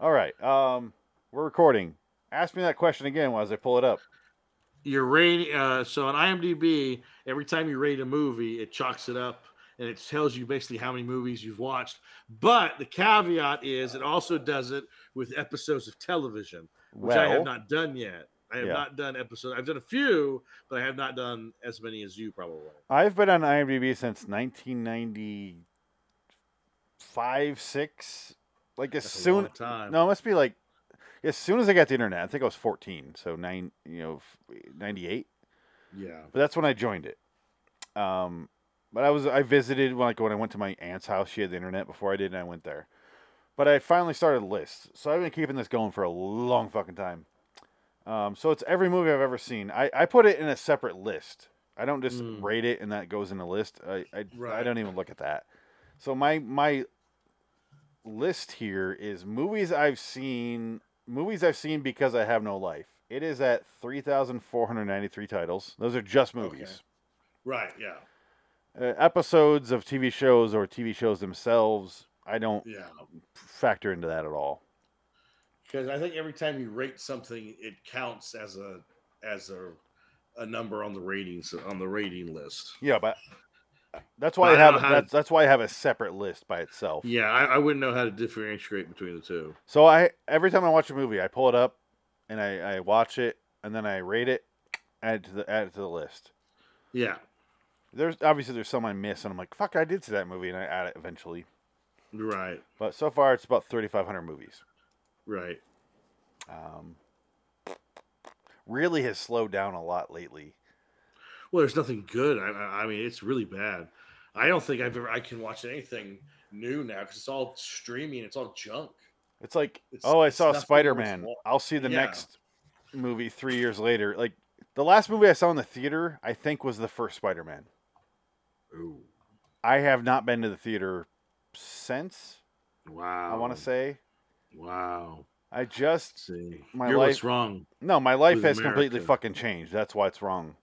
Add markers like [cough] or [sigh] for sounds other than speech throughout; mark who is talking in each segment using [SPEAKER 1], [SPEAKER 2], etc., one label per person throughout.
[SPEAKER 1] All right. Um, we're recording. Ask me that question again as I pull it up.
[SPEAKER 2] Your rating. Uh, so on IMDb, every time you rate a movie, it chalks it up and it tells you basically how many movies you've watched. But the caveat is it also does it with episodes of television, which I
[SPEAKER 1] Well-
[SPEAKER 2] have not done yet. I have
[SPEAKER 1] Yeah.
[SPEAKER 2] not done episodes. I've done a few, but I have not done as many as you probably.
[SPEAKER 1] I've been on IMDb since 1995, six. Like as
[SPEAKER 2] That's a
[SPEAKER 1] soon
[SPEAKER 2] long time.
[SPEAKER 1] no, it must be like as soon as I got the internet. I think I was 14, so nine, you know, f- 98.
[SPEAKER 2] Yeah.
[SPEAKER 1] But that's when I joined it. Um, but I was I visited when like when I went to my aunt's house. She had the internet before I did, and I went there. But I finally started lists, so I've been keeping this going for a long fucking time. Um, so it's every movie I've ever seen. I, I put it in a separate list. I don't just
[SPEAKER 2] Mm.
[SPEAKER 1] rate it and that goes in a list. I I, I
[SPEAKER 2] Right.
[SPEAKER 1] don't even look at that. So my my list here is movies I've seen movies I've seen because I have no life. It is at 3,493 titles. Those are just movies.
[SPEAKER 2] Right. Yeah.
[SPEAKER 1] Uh, episodes of TV shows or TV shows themselves, I don't
[SPEAKER 2] Yeah.
[SPEAKER 1] factor into that at all.
[SPEAKER 2] Because I think every time you rate something, it counts as a as a a number on the ratings on the rating list.
[SPEAKER 1] Yeah, but that's why I
[SPEAKER 2] But I don't
[SPEAKER 1] have
[SPEAKER 2] know how to-
[SPEAKER 1] that's, that's why I have a separate list by itself.
[SPEAKER 2] Yeah, I, I wouldn't know how to differentiate between the two.
[SPEAKER 1] So I every time I watch a movie, I pull it up and I, I watch it and then I rate it, add it to the add it to the list.
[SPEAKER 2] Yeah.
[SPEAKER 1] There's obviously there's some I miss and I'm like, fuck, I did see that movie and I add it eventually.
[SPEAKER 2] Right.
[SPEAKER 1] But so far it's about 3,500 movies.
[SPEAKER 2] Right.
[SPEAKER 1] um, really has slowed down a lot lately.
[SPEAKER 2] Well, there's nothing good. I, I I mean, it's really bad. I don't think I've ever I can watch anything new now because it's all streaming. It's all junk.
[SPEAKER 1] It's like,
[SPEAKER 2] It's-
[SPEAKER 1] oh, I
[SPEAKER 2] it's
[SPEAKER 1] saw
[SPEAKER 2] nothing worth
[SPEAKER 1] Spider Man.
[SPEAKER 2] wa-
[SPEAKER 1] I'll see the
[SPEAKER 2] Yeah.
[SPEAKER 1] next movie three years later. Like the last movie I saw in the theater, I think was the first Spider Man.
[SPEAKER 2] Ooh.
[SPEAKER 1] I have not been to the theater since.
[SPEAKER 2] Wow.
[SPEAKER 1] I want to say
[SPEAKER 2] Wow.
[SPEAKER 1] I just
[SPEAKER 2] See,
[SPEAKER 1] My
[SPEAKER 2] you're
[SPEAKER 1] life-
[SPEAKER 2] what's wrong.
[SPEAKER 1] no, my life
[SPEAKER 2] With
[SPEAKER 1] has completely
[SPEAKER 2] America.
[SPEAKER 1] fucking changed. That's why it's wrong.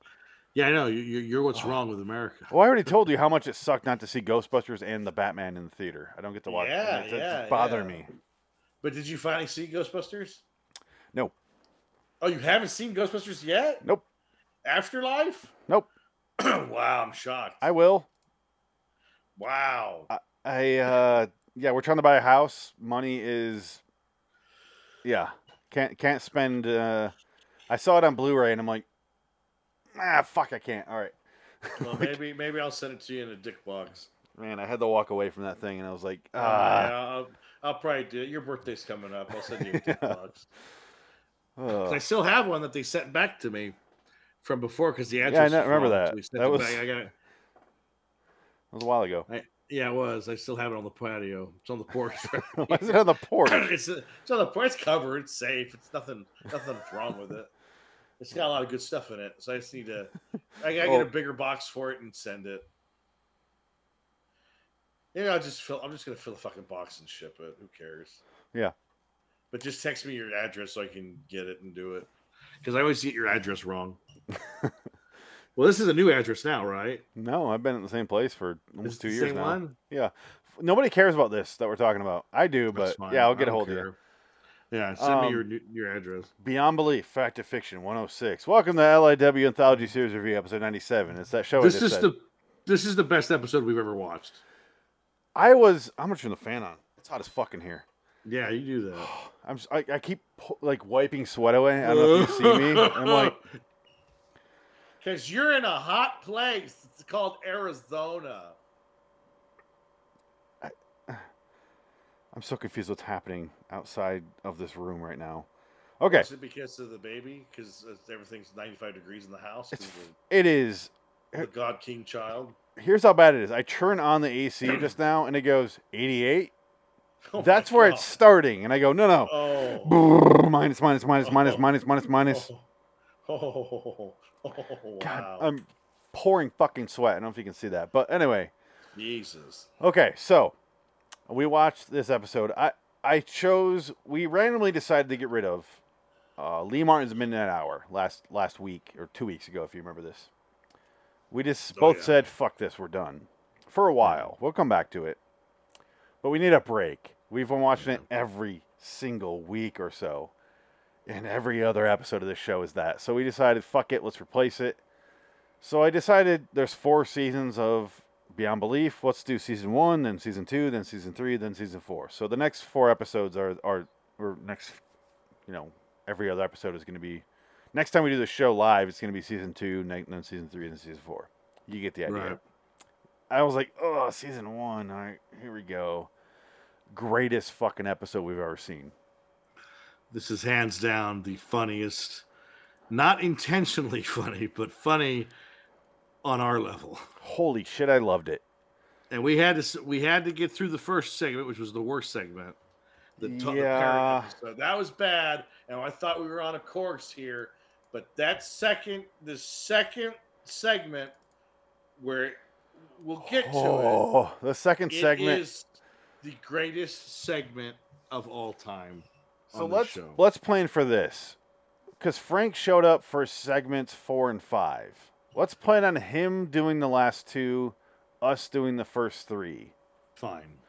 [SPEAKER 2] Yeah, I know. You, you, you're what's
[SPEAKER 1] Oh.
[SPEAKER 2] wrong with America.
[SPEAKER 1] Well, I already told you how much it sucked not to see Ghostbusters and the Batman in the theater. I don't get to watch.
[SPEAKER 2] Yeah,
[SPEAKER 1] it's, it's
[SPEAKER 2] yeah,
[SPEAKER 1] bothering
[SPEAKER 2] yeah.
[SPEAKER 1] me.
[SPEAKER 2] But did you finally see Ghostbusters?
[SPEAKER 1] No.
[SPEAKER 2] Oh, you haven't seen Ghostbusters yet?
[SPEAKER 1] Nope.
[SPEAKER 2] Afterlife?
[SPEAKER 1] Nope.
[SPEAKER 2] [clears throat] wow, I'm shocked.
[SPEAKER 1] I will.
[SPEAKER 2] wow.
[SPEAKER 1] I uh yeah, we're trying to buy a house. Money is yeah. Can't can't spend uh I saw it on Blu-ray and I'm like ah fuck I can't. All right. [laughs]
[SPEAKER 2] Well, maybe maybe I'll send it to you in a dick box.
[SPEAKER 1] Man, I had to walk away from that thing and I was like
[SPEAKER 2] Uh, [laughs]
[SPEAKER 1] ah
[SPEAKER 2] I'll, I'll probably do it. Your birthday's coming up. I'll send you a
[SPEAKER 1] [laughs]
[SPEAKER 2] dick
[SPEAKER 1] Yeah.
[SPEAKER 2] box. 'Cause
[SPEAKER 1] ugh.
[SPEAKER 2] I still have one that they sent back to me from before because the address.
[SPEAKER 1] I
[SPEAKER 2] was
[SPEAKER 1] know- remember
[SPEAKER 2] wrong,
[SPEAKER 1] that.
[SPEAKER 2] so we sent
[SPEAKER 1] That
[SPEAKER 2] it
[SPEAKER 1] was-
[SPEAKER 2] back. I got
[SPEAKER 1] It
[SPEAKER 2] it.
[SPEAKER 1] was a while
[SPEAKER 2] [laughs]
[SPEAKER 1] ago. [laughs]
[SPEAKER 2] Yeah, it was. I still have it on the patio. It's on the porch.
[SPEAKER 1] Why is it on the porch?
[SPEAKER 2] it's it's on the porch cover. It's safe. It's nothing. Nothing's wrong with it. It's got a lot of good stuff in it. So I just need to. I gotta
[SPEAKER 1] Well-
[SPEAKER 2] get a bigger box for it and send it. Maybe I'll just fill. I'm just gonna fill the fucking box and ship it. Who cares?
[SPEAKER 1] Yeah.
[SPEAKER 2] But just text me your address so I can get it and do it. Because I always get your address
[SPEAKER 1] [laughs]
[SPEAKER 2] wrong. well, this is a new address now, right?
[SPEAKER 1] No, I've been in the same place for
[SPEAKER 2] This is
[SPEAKER 1] almost two
[SPEAKER 2] the
[SPEAKER 1] years
[SPEAKER 2] same
[SPEAKER 1] now.
[SPEAKER 2] one?
[SPEAKER 1] Nobody cares about this that we're talking about. I do,
[SPEAKER 2] That's
[SPEAKER 1] but
[SPEAKER 2] fine.
[SPEAKER 1] yeah, I'll
[SPEAKER 2] I
[SPEAKER 1] get a
[SPEAKER 2] don't
[SPEAKER 1] hold of you.
[SPEAKER 2] care. Yeah, send me
[SPEAKER 1] Um,
[SPEAKER 2] your new- your address.
[SPEAKER 1] Beyond Belief, Fact to Fiction 106. Welcome to LIW Anthology Series Review, episode 97. It's that show. I
[SPEAKER 2] this
[SPEAKER 1] just
[SPEAKER 2] is
[SPEAKER 1] said.
[SPEAKER 2] the this is the best episode we've ever watched.
[SPEAKER 1] I was. I'm gonna turn the fan on. It's hot as fucking here. [sighs]
[SPEAKER 2] Yeah, you do that.
[SPEAKER 1] I'm. s- I, I keep pu- like wiping sweat away. I don't know if you see
[SPEAKER 2] [laughs]
[SPEAKER 1] me. I'm like,
[SPEAKER 2] because you're in a hot place. It's called Arizona.
[SPEAKER 1] I'm so confused what's happening outside of this room right now. Okay,
[SPEAKER 2] Is it because of the baby? Because everything's 95 degrees in the house. 'cause of
[SPEAKER 1] it is.
[SPEAKER 2] The, the God King child. [laughs]
[SPEAKER 1] Here's how bad it is. I turn on the
[SPEAKER 2] [clears throat]
[SPEAKER 1] AC just now, and it goes 88.
[SPEAKER 2] Oh my
[SPEAKER 1] That's where
[SPEAKER 2] God.
[SPEAKER 1] it's starting, and I go, no, no.
[SPEAKER 2] Oh.
[SPEAKER 1] Brrr, minus, minus, minus, minus,
[SPEAKER 2] Oh.
[SPEAKER 1] minus, minus, minus.
[SPEAKER 2] [laughs] Oh. Oh. wow.
[SPEAKER 1] God, um, I'm pouring fucking sweat. I don't know if you can see that, but anyway.
[SPEAKER 2] Jesus.
[SPEAKER 1] Okay, so we watched this episode. I I chose we randomly decided to get rid of uh, Lee Martin's Midnight Hour last last week or two weeks ago, if you remember this. We just
[SPEAKER 2] Oh,
[SPEAKER 1] both
[SPEAKER 2] yeah.
[SPEAKER 1] said, "Fuck this, we're done," for a while. We'll come back to it, but we need a break. We've been watching it every single week or so. And every other episode of this show is that. So we decided, fuck it, let's replace it. So I decided there's four seasons of Beyond Belief. Let's do season one, then season two, then season three, then season four. So the next four episodes are, are or next, you know, every other episode is going to be. Next time we do the show live, it's going to be season two, ne- then season three, then season four. You get the idea.
[SPEAKER 2] Right.
[SPEAKER 1] I was like, oh, season one. All right, here we go. Greatest fucking episode we've ever seen.
[SPEAKER 2] This is hands down the funniest, not intentionally [laughs] funny, but funny on our level.
[SPEAKER 1] Holy shit, I loved it.
[SPEAKER 2] And we had to s- we had to get through the first segment, which was the worst segment. The to- the
[SPEAKER 1] Yeah.
[SPEAKER 2] parent episode. that was bad, and I thought we were on a course here. But that second, the second segment, where we'll get to it.
[SPEAKER 1] Oh, the second segment.
[SPEAKER 2] It is the greatest segment of all time.
[SPEAKER 1] so
[SPEAKER 2] on the
[SPEAKER 1] let's
[SPEAKER 2] show.
[SPEAKER 1] let's plan for this, because Frank showed up for segments four and five. Let's plan on him doing the last two, us doing the first three.
[SPEAKER 2] Fine.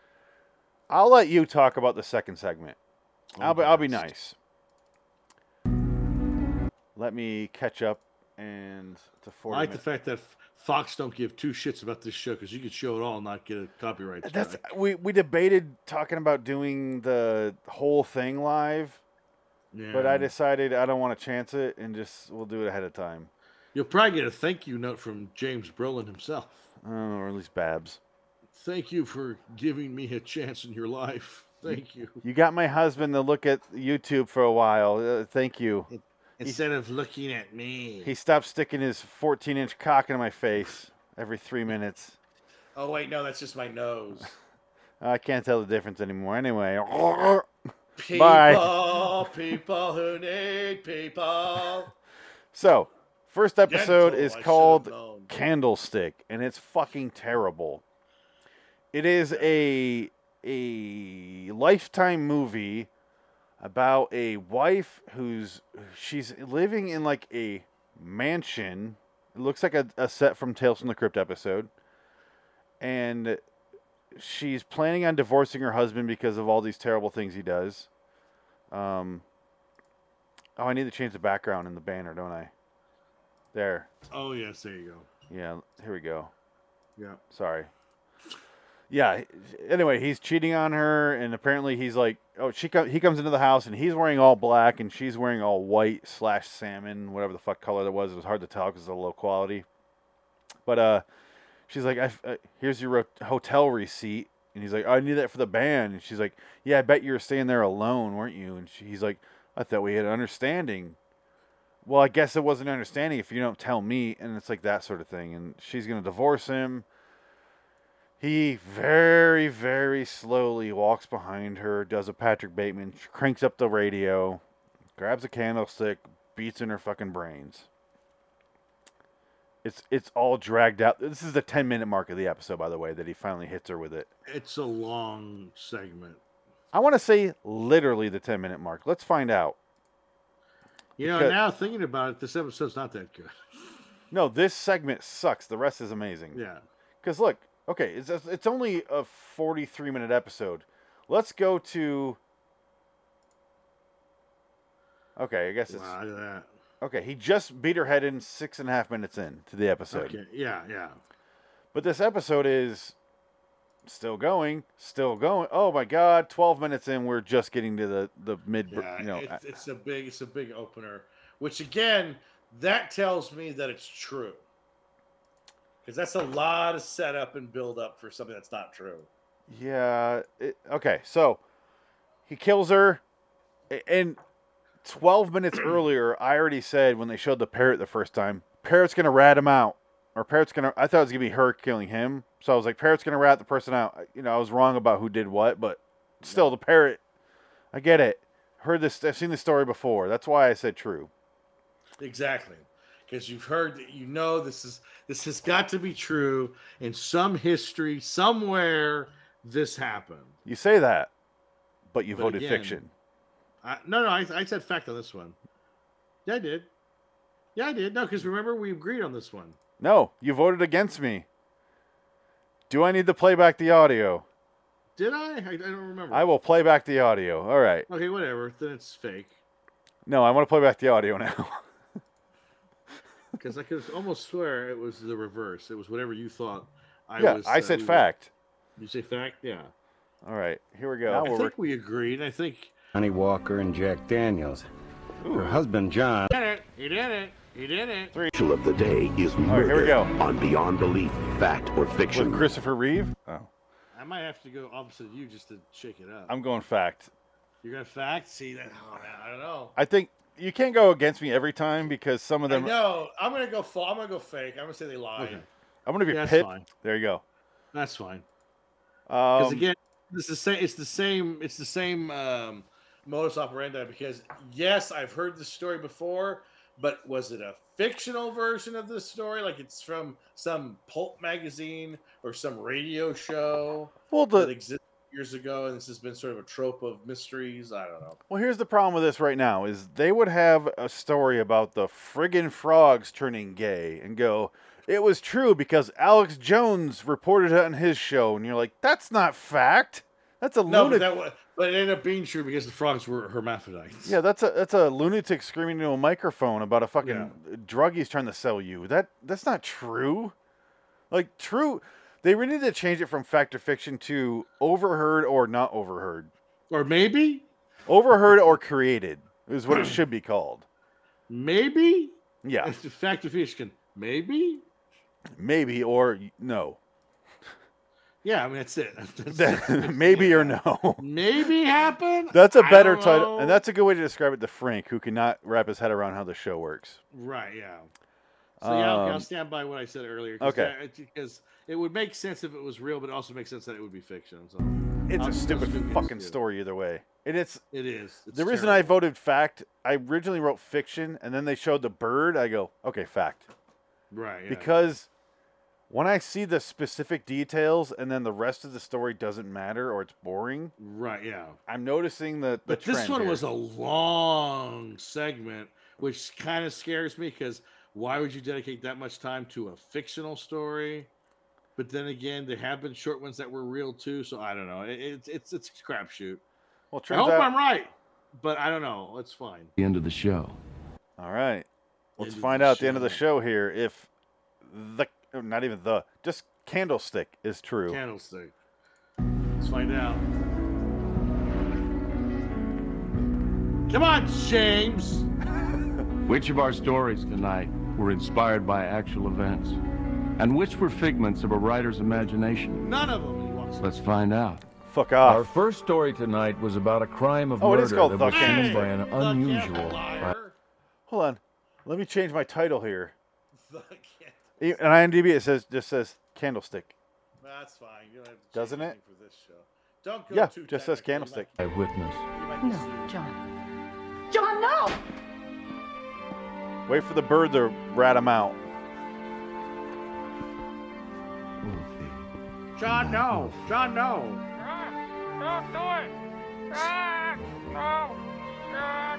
[SPEAKER 1] I'll let you talk about the second segment. I'll be, I'll be
[SPEAKER 2] Almost.
[SPEAKER 1] nice. Let me catch up and to
[SPEAKER 2] I
[SPEAKER 1] forty.
[SPEAKER 2] like the
[SPEAKER 1] minutes.
[SPEAKER 2] fact that F- Fox don't give two shits about this show because you could show it all and not get a copyright strike.
[SPEAKER 1] That's we we debated talking about doing the whole thing live,
[SPEAKER 2] yeah.
[SPEAKER 1] but I decided I don't want to chance it and just we'll do it ahead of time,
[SPEAKER 2] you'll probably get a thank you note from James Brolin himself.
[SPEAKER 1] uh, or at least Babs.
[SPEAKER 2] Thank you for giving me a chance in your life. Thank you.
[SPEAKER 1] You got my husband to look at YouTube for a while. Uh, thank you.
[SPEAKER 2] Instead of looking at me.
[SPEAKER 1] He stopped sticking his 14 inch cock into my face every three minutes.
[SPEAKER 2] oh wait, no, that's just my nose.
[SPEAKER 1] I can't tell the difference anymore. Anyway.
[SPEAKER 2] People,
[SPEAKER 1] [laughs] Bye.
[SPEAKER 2] people who need people.
[SPEAKER 1] So, first episode
[SPEAKER 2] Gentle, I
[SPEAKER 1] is
[SPEAKER 2] should've
[SPEAKER 1] called
[SPEAKER 2] known.
[SPEAKER 1] Candlestick, and it's fucking terrible. It is a a lifetime movie about a wife who's she's living in like a mansion. It looks like a, a set from Tales from the Crypt episode. And she's planning on divorcing her husband because of all these terrible things he does. Um, oh, I need to change the background in the banner, don't I? There.
[SPEAKER 2] Oh yes, there you go.
[SPEAKER 1] Yeah, here we go.
[SPEAKER 2] Yeah.
[SPEAKER 1] Sorry. Yeah. h- Anyway, he's cheating on her, and apparently he's like, oh, she co- he comes into the house, and he's wearing all black, and she's wearing all white slash salmon, whatever the fuck color that was. It was hard to tell because of the low quality. But uh, she's like, I f- uh, here's your ro- hotel receipt, and he's like, "Oh, I need that for the band, and she's like, yeah, I bet you were staying there alone, weren't you? And she, he's like, I thought we had an understanding. Well, I guess it wasn't an understanding if you don't tell me, and it's like that sort of thing. And she's gonna divorce him. He very, very slowly walks behind her, does a Patrick Bateman, cranks up the radio, grabs a candlestick, beats in her fucking brains. It's it's all dragged out. This is the ten minute mark of the episode, by the way, that he finally hits her with it.
[SPEAKER 2] It's a long segment.
[SPEAKER 1] I want to say literally the ten minute mark. Let's find out.
[SPEAKER 2] You know,
[SPEAKER 1] Because-
[SPEAKER 2] now thinking about it, this episode's not that good.
[SPEAKER 1] No, this segment sucks. The rest is amazing.
[SPEAKER 2] Yeah.
[SPEAKER 1] Because look, okay, it's it's only a forty-three minute episode. Let's go to. Okay, I guess it's
[SPEAKER 2] Wow, look at that.
[SPEAKER 1] okay. He just beat her head in six and a half minutes in to the episode,
[SPEAKER 2] Okay. Yeah, yeah.
[SPEAKER 1] but this episode is still going, still going. Oh my god, twelve minutes in, we're just getting to the the mid.
[SPEAKER 2] Yeah.
[SPEAKER 1] you know,
[SPEAKER 2] it's,
[SPEAKER 1] I-
[SPEAKER 2] it's a big it's a big opener. Which again, that tells me that it's true. Because that's a lot of setup and build up for something that's not true.
[SPEAKER 1] yeah. It, okay, so he kills her, a- and 12
[SPEAKER 2] [clears throat]
[SPEAKER 1] minutes earlier, I already said when they showed the parrot the first time, parrot's going to rat him out. Or parrot's going to, I thought it was going to be her killing him. So I was like, parrot's going to rat the person out. I- You know, I was wrong about who did what, but still, the parrot, I get it. Heard this, I've seen this story before. That's why I said true.
[SPEAKER 2] Exactly. Because you've heard that you know this is this has got to be true in some history, somewhere this happened.
[SPEAKER 1] You say that, but you
[SPEAKER 2] But
[SPEAKER 1] voted
[SPEAKER 2] again-
[SPEAKER 1] fiction.
[SPEAKER 2] I, no, no, I, I said fact on this one. Yeah, I did. Yeah, I did. No, because remember we agreed on this one.
[SPEAKER 1] No, you voted against me. Do I need to play back the audio?
[SPEAKER 2] Did I? I, I don't remember.
[SPEAKER 1] I will play back the audio. All right.
[SPEAKER 2] Okay, whatever. Then it's fake
[SPEAKER 1] No, I want to play back the audio now.
[SPEAKER 2] because I could almost swear it was the reverse. It was whatever you thought. I
[SPEAKER 1] yeah,
[SPEAKER 2] was.
[SPEAKER 1] I
[SPEAKER 2] uh,
[SPEAKER 1] said
[SPEAKER 2] we were-
[SPEAKER 1] fact.
[SPEAKER 2] You say fact? Yeah.
[SPEAKER 1] All right, here we go.
[SPEAKER 2] I
[SPEAKER 1] We're-
[SPEAKER 2] think we agreed. I think
[SPEAKER 3] Johnny Walker and Jack Daniels. Her husband, John.
[SPEAKER 2] he did it. He did it. He did it.
[SPEAKER 4] Special of the day is
[SPEAKER 1] right,
[SPEAKER 4] murder
[SPEAKER 1] here we go.
[SPEAKER 4] on Beyond Belief, Fact or
[SPEAKER 1] with
[SPEAKER 4] Fiction.
[SPEAKER 1] Christopher Reeve. Oh,
[SPEAKER 2] I might have to go opposite of you just to shake it up.
[SPEAKER 1] I'm going fact.
[SPEAKER 2] You're gonna fact see that? Oh, man, I don't know.
[SPEAKER 1] I think you can't go against me every time because some of
[SPEAKER 2] I
[SPEAKER 1] them.
[SPEAKER 2] know. I'm gonna go. Fa- I'm gonna go fake. I'm gonna say they lied.
[SPEAKER 3] Okay.
[SPEAKER 1] I'm gonna be
[SPEAKER 2] Yeah, that's
[SPEAKER 1] pit.
[SPEAKER 2] fine.
[SPEAKER 1] There you go.
[SPEAKER 2] That's fine. Because
[SPEAKER 1] Um,
[SPEAKER 2] again, it's the same. It's the same. It's the same um, modus operandi. Because yes, I've heard this story before, but was it a fictional version of this story? Like it's from some pulp magazine or some radio show
[SPEAKER 1] well,
[SPEAKER 2] that
[SPEAKER 1] the
[SPEAKER 2] existed years ago, and this has been sort of a trope of mysteries. I don't know.
[SPEAKER 1] well, here's the problem with this right now is they would have a story about the friggin' frogs turning gay and go, it was true because Alex Jones reported it on his show, and you're like, that's not fact. That's a
[SPEAKER 2] No, but
[SPEAKER 1] lunatic.
[SPEAKER 2] that was, but it ended up being true because the frogs were hermaphrodites.
[SPEAKER 1] Yeah, that's a that's a lunatic screaming into a microphone about a fucking
[SPEAKER 2] Yeah.
[SPEAKER 1] drug he's trying to sell you. That that's not true. Like true, they really need to change it from fact or fiction to overheard or not overheard,
[SPEAKER 2] Or maybe,
[SPEAKER 1] overheard or created is what it should be called.
[SPEAKER 2] maybe
[SPEAKER 1] Yeah,
[SPEAKER 2] It's the fact of Fishkin. Maybe.
[SPEAKER 1] maybe or
[SPEAKER 2] [laughs]
[SPEAKER 1] no, [laughs]
[SPEAKER 2] Yeah, I mean that's it. [laughs] That's-
[SPEAKER 1] That- [laughs] maybe or no. [laughs]
[SPEAKER 2] Maybe happened.
[SPEAKER 1] That's a
[SPEAKER 2] I
[SPEAKER 1] better
[SPEAKER 2] don't
[SPEAKER 1] title, and
[SPEAKER 2] know.
[SPEAKER 1] that's a good way to describe it to Frank, who cannot wrap his head around how the show works.
[SPEAKER 2] right. Yeah. So yeah, okay, I'll
[SPEAKER 1] Um,
[SPEAKER 2] stand by what I said earlier.
[SPEAKER 1] okay.
[SPEAKER 2] Because it would make sense if it was real, but it also makes sense that it would be fiction. So
[SPEAKER 1] It's
[SPEAKER 2] I'm
[SPEAKER 1] a
[SPEAKER 2] just
[SPEAKER 1] stupid
[SPEAKER 2] confused,
[SPEAKER 1] fucking
[SPEAKER 2] yeah.
[SPEAKER 1] story either way, and it's
[SPEAKER 2] it is. It's
[SPEAKER 1] the reason I
[SPEAKER 2] terrible.
[SPEAKER 1] voted fact, I originally wrote fiction, and then they showed the bird. I go, okay, fact,
[SPEAKER 2] right yeah.
[SPEAKER 1] because when I see the specific details, and then the rest of the story doesn't matter or it's boring,
[SPEAKER 2] right yeah.
[SPEAKER 1] I'm noticing the. the
[SPEAKER 2] But this
[SPEAKER 1] trend
[SPEAKER 2] one
[SPEAKER 1] here.
[SPEAKER 2] was a long segment, which kind of scares me because why would you dedicate that much time to a fictional story? But then again, there have been short ones that were real too, so I don't know. It, it's it's it's a crapshoot.
[SPEAKER 1] Well,
[SPEAKER 2] I
[SPEAKER 1] turns
[SPEAKER 2] hope
[SPEAKER 1] out.
[SPEAKER 2] I'm right, but I don't know. It's fine.
[SPEAKER 4] the end of the show.
[SPEAKER 1] All right, let's
[SPEAKER 2] End of
[SPEAKER 1] find
[SPEAKER 2] the
[SPEAKER 1] out at the end of the show
[SPEAKER 2] show.
[SPEAKER 1] here if the or not even the just candlestick is true.
[SPEAKER 2] Candlestick. Let's find out. Come on, James.
[SPEAKER 5] Which of our stories tonight were inspired by actual events? And which were figments of a writer's imagination?
[SPEAKER 2] None of them. He walks
[SPEAKER 5] Let's find out.
[SPEAKER 1] Fuck
[SPEAKER 6] Our
[SPEAKER 1] off.
[SPEAKER 6] first story tonight was about a crime of
[SPEAKER 1] Oh, it
[SPEAKER 6] murder
[SPEAKER 1] is called
[SPEAKER 6] that
[SPEAKER 1] The
[SPEAKER 6] was committed by
[SPEAKER 1] Candlestick.
[SPEAKER 6] an
[SPEAKER 2] The Candle
[SPEAKER 6] unusual.
[SPEAKER 2] Liar.
[SPEAKER 1] Hold on, let me change my title here.
[SPEAKER 2] The Candle-
[SPEAKER 1] E- On IMDb, it says just says candlestick.
[SPEAKER 2] That's fine. You don't have to change
[SPEAKER 1] Doesn't it?
[SPEAKER 2] anything For this show. Don't go
[SPEAKER 1] Yeah,
[SPEAKER 2] too
[SPEAKER 1] just says
[SPEAKER 2] technical. You
[SPEAKER 1] candlestick.
[SPEAKER 6] Eyewitness.
[SPEAKER 2] might- you might be
[SPEAKER 7] No,
[SPEAKER 2] sued.
[SPEAKER 7] John. John, no!
[SPEAKER 1] Wait for the bird to rat him out.
[SPEAKER 2] John, no. John, no.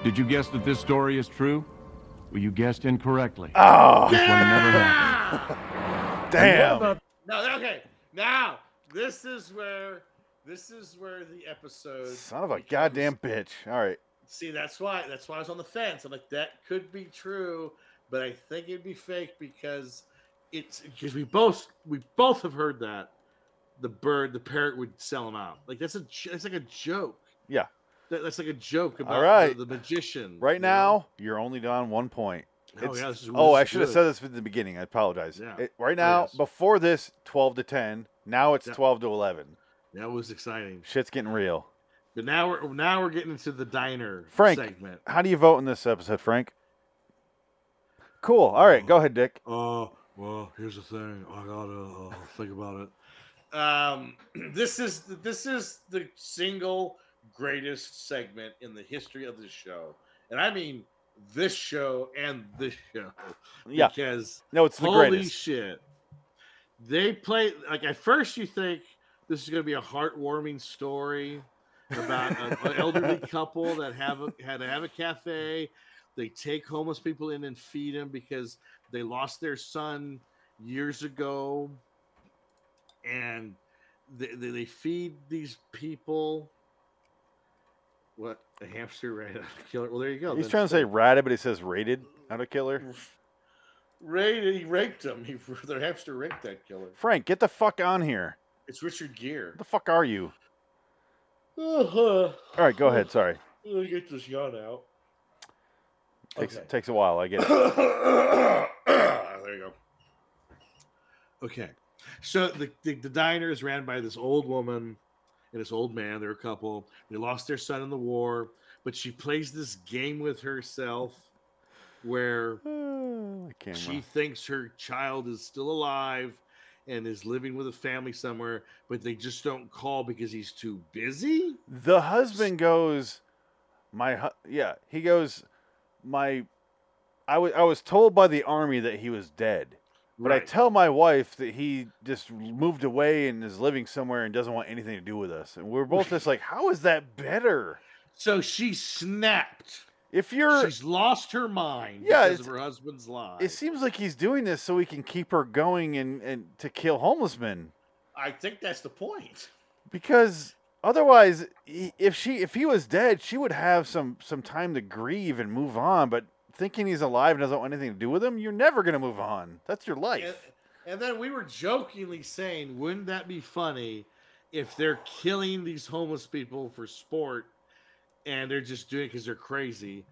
[SPEAKER 5] Did you guess that this story is true? Well, you guessed incorrectly.
[SPEAKER 1] Oh,
[SPEAKER 5] This one never happened.
[SPEAKER 1] damn.
[SPEAKER 2] No. Okay. Now this is where this is where the episode.
[SPEAKER 1] Son of a
[SPEAKER 2] becomes-
[SPEAKER 1] goddamn bitch. All right.
[SPEAKER 2] See, that's why that's why I was on the fence. I'm like, that could be true, but I think it'd be fake because it's because we both we both have heard that the bird the parrot would sell him out. Like that's a j- that's like a joke.
[SPEAKER 1] Yeah.
[SPEAKER 2] That, that's like a joke about
[SPEAKER 1] right.
[SPEAKER 2] the, the magician.
[SPEAKER 1] Right
[SPEAKER 2] you know?
[SPEAKER 1] now, you're only down one point.
[SPEAKER 2] Oh,
[SPEAKER 1] It's-
[SPEAKER 2] yeah, this is-
[SPEAKER 1] oh,
[SPEAKER 2] this
[SPEAKER 1] I
[SPEAKER 2] is
[SPEAKER 1] should have
[SPEAKER 2] good.
[SPEAKER 1] said this at the beginning. I apologize.
[SPEAKER 2] Yeah.
[SPEAKER 1] It- right now,
[SPEAKER 2] Yes.
[SPEAKER 1] before this, 12 to 10. Now it's
[SPEAKER 2] Yeah.
[SPEAKER 1] 12 to 11.
[SPEAKER 2] That was exciting,
[SPEAKER 1] Shit's getting real.
[SPEAKER 2] but now we're now we're getting into the diner
[SPEAKER 1] Frank.
[SPEAKER 2] segment.
[SPEAKER 1] How do you vote in this episode, Frank? Cool. All right. Go ahead, Dick.
[SPEAKER 2] Uh, well, here's the thing. I gotta uh, think about it. Um, [clears throat] this is this is the single greatest segment in the history of this show, and I mean this show and this show.
[SPEAKER 1] Yeah.
[SPEAKER 2] because
[SPEAKER 1] No, it's the
[SPEAKER 2] holy
[SPEAKER 1] greatest.
[SPEAKER 2] shit, they play like at first you think this is gonna be a heartwarming story about
[SPEAKER 1] [laughs]
[SPEAKER 2] a- an elderly couple that have a, had to have a cafe. They take homeless people in and feed them because they lost their son years ago, and they, they, they feed these people what a hamster ran out of killer. Well, there you go.
[SPEAKER 1] He's
[SPEAKER 2] then.
[SPEAKER 1] trying to say ratted, but it says rated. Not a killer.
[SPEAKER 2] Ray, he raped him. He [laughs] their hamster raped that killer.
[SPEAKER 1] Frank, get the fuck on here.
[SPEAKER 2] It's Richard Gere.
[SPEAKER 1] What the fuck are you?
[SPEAKER 2] Uh-huh.
[SPEAKER 1] All right, go ahead. Sorry,
[SPEAKER 2] [laughs] Let me get this yawn out.
[SPEAKER 1] takes
[SPEAKER 2] Okay.
[SPEAKER 1] takes a while. I
[SPEAKER 2] [coughs]
[SPEAKER 1] get it. [sighs]
[SPEAKER 2] there you go. Okay. So the, the, the diner is ran by this old woman and this old man. They're a couple. They lost their son in the war, but she plays this game with herself where
[SPEAKER 1] Uh, the camera.
[SPEAKER 2] she thinks her child is still alive and is living with a family somewhere, but they just don't call because he's too busy.
[SPEAKER 1] The husband goes, my hu- yeah. He goes, my. I was I was told by the army that he was dead, but I
[SPEAKER 2] Right.
[SPEAKER 1] tell my wife that he just moved away and is living somewhere and doesn't want anything to do with us. And we're both
[SPEAKER 2] [laughs]
[SPEAKER 1] just like, how is that better?
[SPEAKER 2] So she snapped.
[SPEAKER 1] If you're,
[SPEAKER 2] She's lost her mind
[SPEAKER 1] Yeah,
[SPEAKER 2] because of
[SPEAKER 1] it's-
[SPEAKER 2] her husband's lie.
[SPEAKER 1] it seems like he's doing this so he can keep her going and and to kill homeless men.
[SPEAKER 2] I think that's the point.
[SPEAKER 1] because otherwise i- if she if he was dead she would have some some time to grieve and move on but thinking he's alive and doesn't want anything to do with him you're never going to move on that's your life
[SPEAKER 2] And, and then we were jokingly saying, wouldn't that be funny if they're killing these homeless people for sport and they're just doing it because they're crazy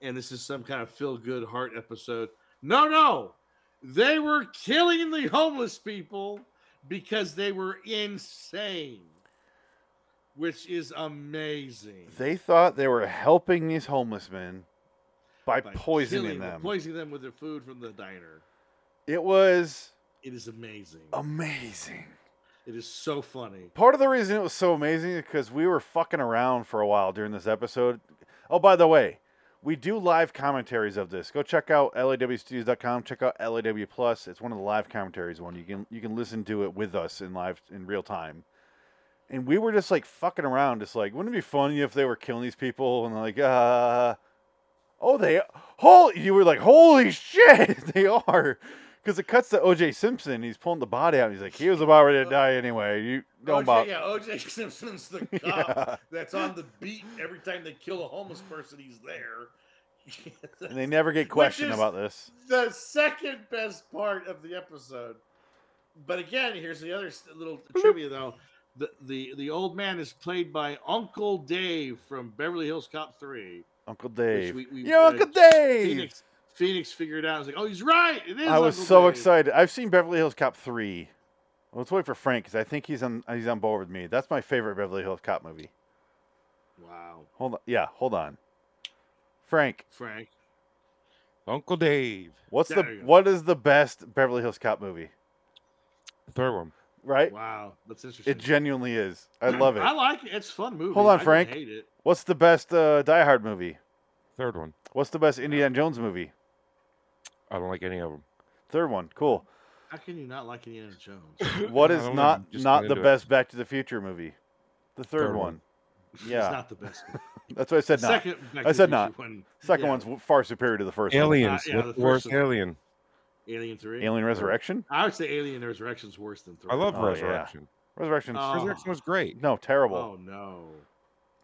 [SPEAKER 2] and this is some kind of feel good heart episode? No, no. They were killing the homeless people because they were insane, which is amazing.
[SPEAKER 1] they thought they were helping these homeless men by,
[SPEAKER 2] By
[SPEAKER 1] poisoning
[SPEAKER 2] killing-
[SPEAKER 1] them
[SPEAKER 2] Poisoning them with their food from the diner.
[SPEAKER 1] it was
[SPEAKER 2] It is amazing.
[SPEAKER 1] amazing
[SPEAKER 2] It is so funny.
[SPEAKER 1] part of the reason it was so amazing is because we were fucking around for a while during this episode. Oh, by the way, we do live commentaries of this. Go check out lawstudios.com. Check out LAW Plus. It's one of the live commentaries one. You can you can listen to it with us in live in real time. And we were just like fucking around, just like, wouldn't it be funny if they were killing these people? And like, [laughs] uh, oh, they, holy, you were like, holy shit, [laughs] they are. Because it cuts to OJ Simpson. He's pulling the body out. and He's like, he was about ready to die anyway. You don't
[SPEAKER 2] OJ,
[SPEAKER 1] bother.
[SPEAKER 2] Oh, Yeah, OJ [laughs] Simpson's the cop
[SPEAKER 1] [laughs] Yeah.
[SPEAKER 2] that's on the beat every time they kill a homeless person. He's there. [laughs]
[SPEAKER 1] And they never get
[SPEAKER 2] Which
[SPEAKER 1] questioned
[SPEAKER 2] is-
[SPEAKER 1] about this.
[SPEAKER 2] the second best part of the episode. But again, here's the other s- little trivia though. The, the the old man is played by Uncle Dave from Beverly Hills Cop 3.
[SPEAKER 1] Uncle Dave.
[SPEAKER 2] we- we-
[SPEAKER 1] you know,
[SPEAKER 2] uh,
[SPEAKER 1] Uncle Dave!
[SPEAKER 2] Phoenix Phoenix figured out. I was like, oh, he's right. It is
[SPEAKER 1] I was
[SPEAKER 2] Uncle
[SPEAKER 1] so
[SPEAKER 2] Dave."
[SPEAKER 1] excited. I've seen Beverly Hills Cop 3. Let's wait for Frank because I think he's on he's on board with me. That's my favorite Beverly Hills Cop movie.
[SPEAKER 2] Wow,
[SPEAKER 1] Hold on. Yeah, hold on. Frank,
[SPEAKER 2] Frank.
[SPEAKER 8] Uncle Dave.
[SPEAKER 1] what's
[SPEAKER 2] There you
[SPEAKER 1] the
[SPEAKER 2] go.
[SPEAKER 1] what is the best Beverly Hills Cop movie?
[SPEAKER 8] Third one.
[SPEAKER 1] Right?
[SPEAKER 2] Wow. That's interesting.
[SPEAKER 1] It genuinely is. I love it.
[SPEAKER 2] I like it. It's a fun movie.
[SPEAKER 1] Hold on,
[SPEAKER 2] I didn't
[SPEAKER 1] Frank.
[SPEAKER 2] hate it.
[SPEAKER 1] What's the best uh, Die Hard movie?
[SPEAKER 8] Third one.
[SPEAKER 1] What's the best Indiana Jones movie?
[SPEAKER 8] I don't like any of them.
[SPEAKER 1] Third one. Cool.
[SPEAKER 2] How can you not like Indiana Jones?
[SPEAKER 1] What
[SPEAKER 8] I
[SPEAKER 1] is
[SPEAKER 8] don't know,
[SPEAKER 1] not
[SPEAKER 8] just
[SPEAKER 1] not
[SPEAKER 8] got
[SPEAKER 1] the
[SPEAKER 8] into it.
[SPEAKER 1] best Back to the Future movie? The third,
[SPEAKER 8] Third one.
[SPEAKER 1] one. Yeah.
[SPEAKER 2] It's not
[SPEAKER 1] [laughs]
[SPEAKER 2] the best. one.
[SPEAKER 1] That's what I said. Not.
[SPEAKER 2] Second, Back
[SPEAKER 1] I
[SPEAKER 2] to the
[SPEAKER 1] said
[SPEAKER 2] Future
[SPEAKER 1] not.
[SPEAKER 2] One.
[SPEAKER 1] Second
[SPEAKER 2] yeah,
[SPEAKER 1] one's w- far superior to the first
[SPEAKER 8] Aliens.
[SPEAKER 2] yeah,
[SPEAKER 8] What's
[SPEAKER 2] the
[SPEAKER 8] the worst
[SPEAKER 2] first one.
[SPEAKER 8] alien?
[SPEAKER 2] Alien Three.
[SPEAKER 1] one. Alien Resurrection?
[SPEAKER 2] I would say Alien Resurrection's worse than Three.
[SPEAKER 8] I love
[SPEAKER 1] Oh, yeah.
[SPEAKER 8] Resurrection.
[SPEAKER 1] Resurrection's
[SPEAKER 2] Oh.
[SPEAKER 8] Resurrection was great.
[SPEAKER 1] no terrible.
[SPEAKER 2] Oh no,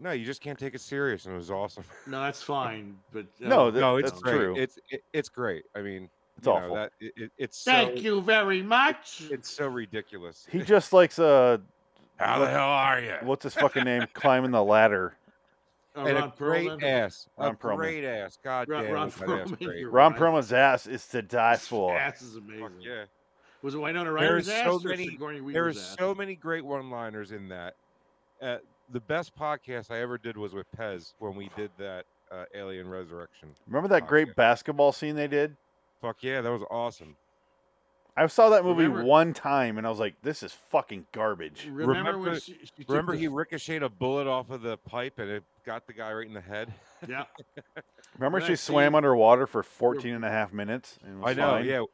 [SPEAKER 8] No, you just can't take it serious, and it was awesome.
[SPEAKER 2] [laughs] no, that's fine. But uh,
[SPEAKER 1] No, th-
[SPEAKER 8] [laughs] No, it's
[SPEAKER 1] that's
[SPEAKER 8] great.
[SPEAKER 1] true.
[SPEAKER 8] It's it, it's great. I mean,
[SPEAKER 1] It's
[SPEAKER 8] you know,
[SPEAKER 1] awful.
[SPEAKER 8] that- it, it- it's so,
[SPEAKER 2] thank you very much.
[SPEAKER 8] It's so ridiculous.
[SPEAKER 1] He just likes uh,
[SPEAKER 8] How the hell are you?
[SPEAKER 1] what's his fucking
[SPEAKER 2] [laughs]
[SPEAKER 1] name? Climbing the ladder.
[SPEAKER 2] Uh,
[SPEAKER 8] And
[SPEAKER 2] Ron
[SPEAKER 8] a great
[SPEAKER 2] Perlman.
[SPEAKER 8] ass.
[SPEAKER 1] Ron
[SPEAKER 8] a
[SPEAKER 1] Perlman.
[SPEAKER 8] great ass. God
[SPEAKER 2] Ron-
[SPEAKER 8] damn,
[SPEAKER 2] Ron
[SPEAKER 8] was that ass
[SPEAKER 2] Perlman,
[SPEAKER 8] great.
[SPEAKER 2] you're
[SPEAKER 1] Ron
[SPEAKER 2] right.
[SPEAKER 1] Perlman's ass is to die
[SPEAKER 2] His
[SPEAKER 1] for.
[SPEAKER 2] ass is amazing.
[SPEAKER 8] Fuck yeah.
[SPEAKER 2] Was it Winona Ryder's
[SPEAKER 8] There's
[SPEAKER 2] ass
[SPEAKER 8] so
[SPEAKER 2] or
[SPEAKER 8] many-
[SPEAKER 2] Sigourney
[SPEAKER 8] There are
[SPEAKER 2] Weaver's ass?
[SPEAKER 8] so many great one-liners in that. Uh, the best podcast I ever did was with Pez when we did that uh, Alien Resurrection.
[SPEAKER 1] Remember that
[SPEAKER 2] Oh,
[SPEAKER 8] Fuck
[SPEAKER 1] great
[SPEAKER 8] yeah.
[SPEAKER 1] basketball scene they did?
[SPEAKER 8] Fuck yeah, that was awesome.
[SPEAKER 1] I saw that movie
[SPEAKER 2] Remember- Mm.
[SPEAKER 1] one time and I was like, this is fucking garbage.
[SPEAKER 2] Remember, when
[SPEAKER 8] Remember-
[SPEAKER 2] she, she took
[SPEAKER 8] Remember
[SPEAKER 2] the-
[SPEAKER 8] he ricocheted a bullet off of the pipe and it got the guy right in the head.
[SPEAKER 2] Yeah,
[SPEAKER 1] Remember
[SPEAKER 2] that
[SPEAKER 1] she swam
[SPEAKER 2] scene-
[SPEAKER 1] underwater for 14 and a half minutes? And was
[SPEAKER 8] I know.
[SPEAKER 1] fine?
[SPEAKER 8] Yeah,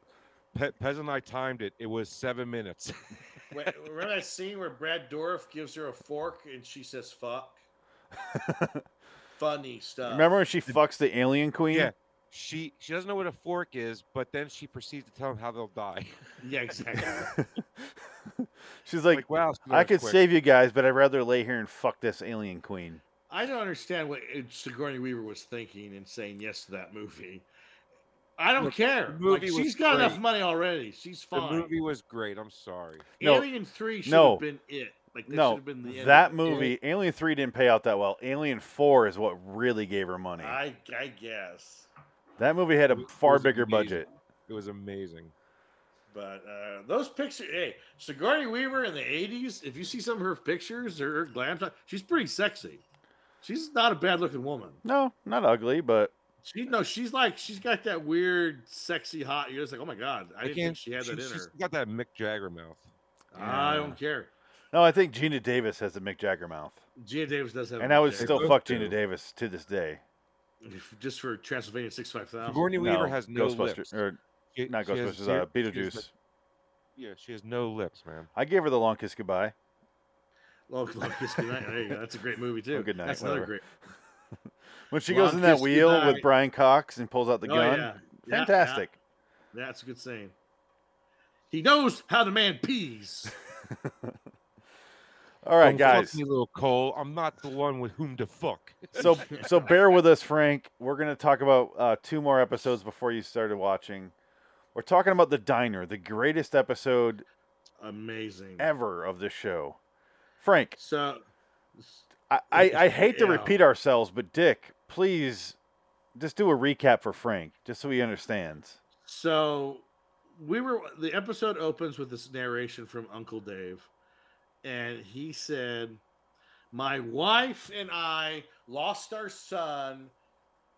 [SPEAKER 8] Pe- Pez and I timed it. It was seven minutes. [laughs]
[SPEAKER 2] Wait, remember that scene where Brad Dorff gives her a fork and she says
[SPEAKER 8] [laughs]
[SPEAKER 2] "fuck"? Funny stuff.
[SPEAKER 1] Remember when she fucks the alien queen?
[SPEAKER 8] yeah. She she doesn't know what a fork is, but then she proceeds to tell them how they'll die. [laughs]
[SPEAKER 2] Yeah, exactly.
[SPEAKER 1] [laughs] She's like,
[SPEAKER 8] wow,
[SPEAKER 1] I could
[SPEAKER 8] say
[SPEAKER 1] save you guys, but I'd rather lay here and fuck this alien queen.
[SPEAKER 2] I don't understand what uh, Sigourney Weaver was thinking and saying yes to that movie. I don't
[SPEAKER 8] Look,
[SPEAKER 2] care.
[SPEAKER 8] the
[SPEAKER 2] Like,
[SPEAKER 8] movie was
[SPEAKER 2] she's got enough
[SPEAKER 8] great.
[SPEAKER 2] money already. She's
[SPEAKER 8] The
[SPEAKER 2] fine.
[SPEAKER 8] movie was great. I'm sorry.
[SPEAKER 1] No.
[SPEAKER 2] Alien Three should
[SPEAKER 1] No.
[SPEAKER 2] have been it. Like that should
[SPEAKER 1] no,
[SPEAKER 2] have been the end
[SPEAKER 1] that
[SPEAKER 2] of it.
[SPEAKER 1] movie, Alien Three, didn't pay out that well. Alien Four is what really gave her money.
[SPEAKER 2] I I guess,
[SPEAKER 1] that movie had a
[SPEAKER 8] It
[SPEAKER 1] far
[SPEAKER 8] was
[SPEAKER 1] bigger
[SPEAKER 8] amazing.
[SPEAKER 1] budget.
[SPEAKER 8] It was amazing.
[SPEAKER 2] but uh, those pictures. Hey, Sigourney Weaver in the '80s. If you see some of her pictures or her glam, shot, she's pretty sexy. She's not a bad looking woman.
[SPEAKER 1] No, not ugly, but
[SPEAKER 2] She no, she's like she's got that weird sexy hot. You're just like, oh my god, I, didn't think she had that in
[SPEAKER 8] she's
[SPEAKER 2] her.
[SPEAKER 8] got that Mick Jagger mouth.
[SPEAKER 2] I don't care.
[SPEAKER 1] no, I think Gina Davis has the Mick Jagger mouth,
[SPEAKER 2] Gia Davis does have,
[SPEAKER 1] and
[SPEAKER 2] a
[SPEAKER 1] I
[SPEAKER 2] big
[SPEAKER 1] would
[SPEAKER 2] dick.
[SPEAKER 1] still
[SPEAKER 8] both
[SPEAKER 1] fuck
[SPEAKER 8] do.
[SPEAKER 1] Gina Davis to this day.
[SPEAKER 2] If- just for Transylvania six five thousand.
[SPEAKER 8] Sigourney
[SPEAKER 1] No,
[SPEAKER 8] Weaver has no
[SPEAKER 1] Ghostbusters
[SPEAKER 8] lips.
[SPEAKER 1] or
[SPEAKER 8] She-
[SPEAKER 1] not
[SPEAKER 8] she has
[SPEAKER 1] Ghostbusters,
[SPEAKER 8] zero-
[SPEAKER 1] uh,
[SPEAKER 8] she has
[SPEAKER 1] Beetlejuice.
[SPEAKER 8] no- yeah, she has no lips, man.
[SPEAKER 1] I gave her the long kiss goodbye.
[SPEAKER 2] [laughs] Look, look, it's good night. There you go. That's a great movie too.
[SPEAKER 1] Oh, good night,
[SPEAKER 2] That's another
[SPEAKER 1] whatever.
[SPEAKER 2] great.
[SPEAKER 1] When she goes
[SPEAKER 2] Long
[SPEAKER 1] in that
[SPEAKER 2] kiss
[SPEAKER 1] wheel with
[SPEAKER 2] goodnight.
[SPEAKER 1] Brian Cox and pulls out the
[SPEAKER 2] Oh,
[SPEAKER 1] gun,
[SPEAKER 2] yeah. Yeah, yeah.
[SPEAKER 1] fantastic.
[SPEAKER 2] That's a good saying. He knows how the man pees.
[SPEAKER 1] All right,
[SPEAKER 8] Don't fuck
[SPEAKER 1] guys.
[SPEAKER 8] me, little Cole. I'm not the one with whom to fuck.
[SPEAKER 1] so so bear with us, Frank. We're gonna talk about uh, two more episodes before you started watching. We're talking about the diner, the greatest episode
[SPEAKER 2] Amazing.
[SPEAKER 1] ever of this show. Frank,
[SPEAKER 2] So,
[SPEAKER 1] I, I, I hate to
[SPEAKER 2] Yeah.
[SPEAKER 1] repeat ourselves, but Dick, please just do a recap for Frank, just so he understands.
[SPEAKER 2] so we were. The episode opens with this narration from Uncle Dave, and he said, "My wife and I lost our son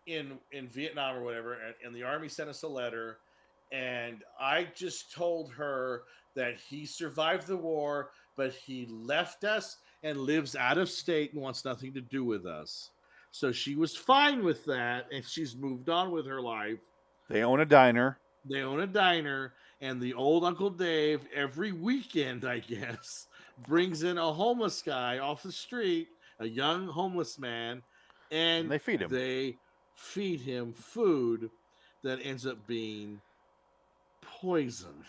[SPEAKER 2] in in Vietnam or whatever, and, and the army sent us a letter, and I just told her that he survived the war, but he left us and lives out of state and wants nothing to do with us." So she was fine with that, and she's moved on with her life.
[SPEAKER 1] They own a diner.
[SPEAKER 2] they own a diner and the old uncle dave every weekend i guess brings in a homeless guy off the street a young homeless man and
[SPEAKER 1] And they feed him.
[SPEAKER 2] they feed him food that ends up being poison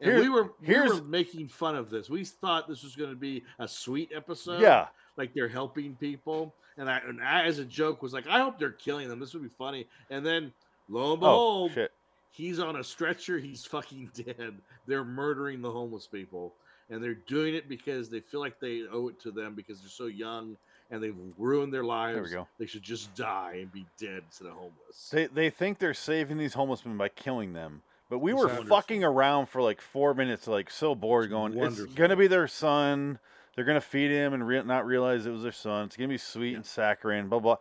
[SPEAKER 2] and
[SPEAKER 1] Here-
[SPEAKER 2] we were we
[SPEAKER 1] here's-
[SPEAKER 2] were making fun of this we thought this was going to be a sweet episode
[SPEAKER 1] yeah,
[SPEAKER 2] like they're helping people. And I, and I, as a joke, was like, I hope they're killing them. This would be funny. And then, lo and
[SPEAKER 1] Oh,
[SPEAKER 2] behold,
[SPEAKER 1] shit.
[SPEAKER 2] he's on a stretcher. He's [laughs] fucking dead. They're murdering the homeless people, and they're doing it because they feel like they owe it to them because they're so young and they've ruined their lives.
[SPEAKER 1] go.
[SPEAKER 2] They should just die and be dead instead of homeless.
[SPEAKER 1] They, they think they're saving these homeless men by killing them. But we
[SPEAKER 2] It's
[SPEAKER 1] were
[SPEAKER 2] wonderful.
[SPEAKER 1] fucking around for like four minutes, like so bored, going,
[SPEAKER 2] wonderful.
[SPEAKER 1] it's going to be their son. They're going to feed him and re- not realize it was their son. It's going to be sweet and saccharine, blah, blah.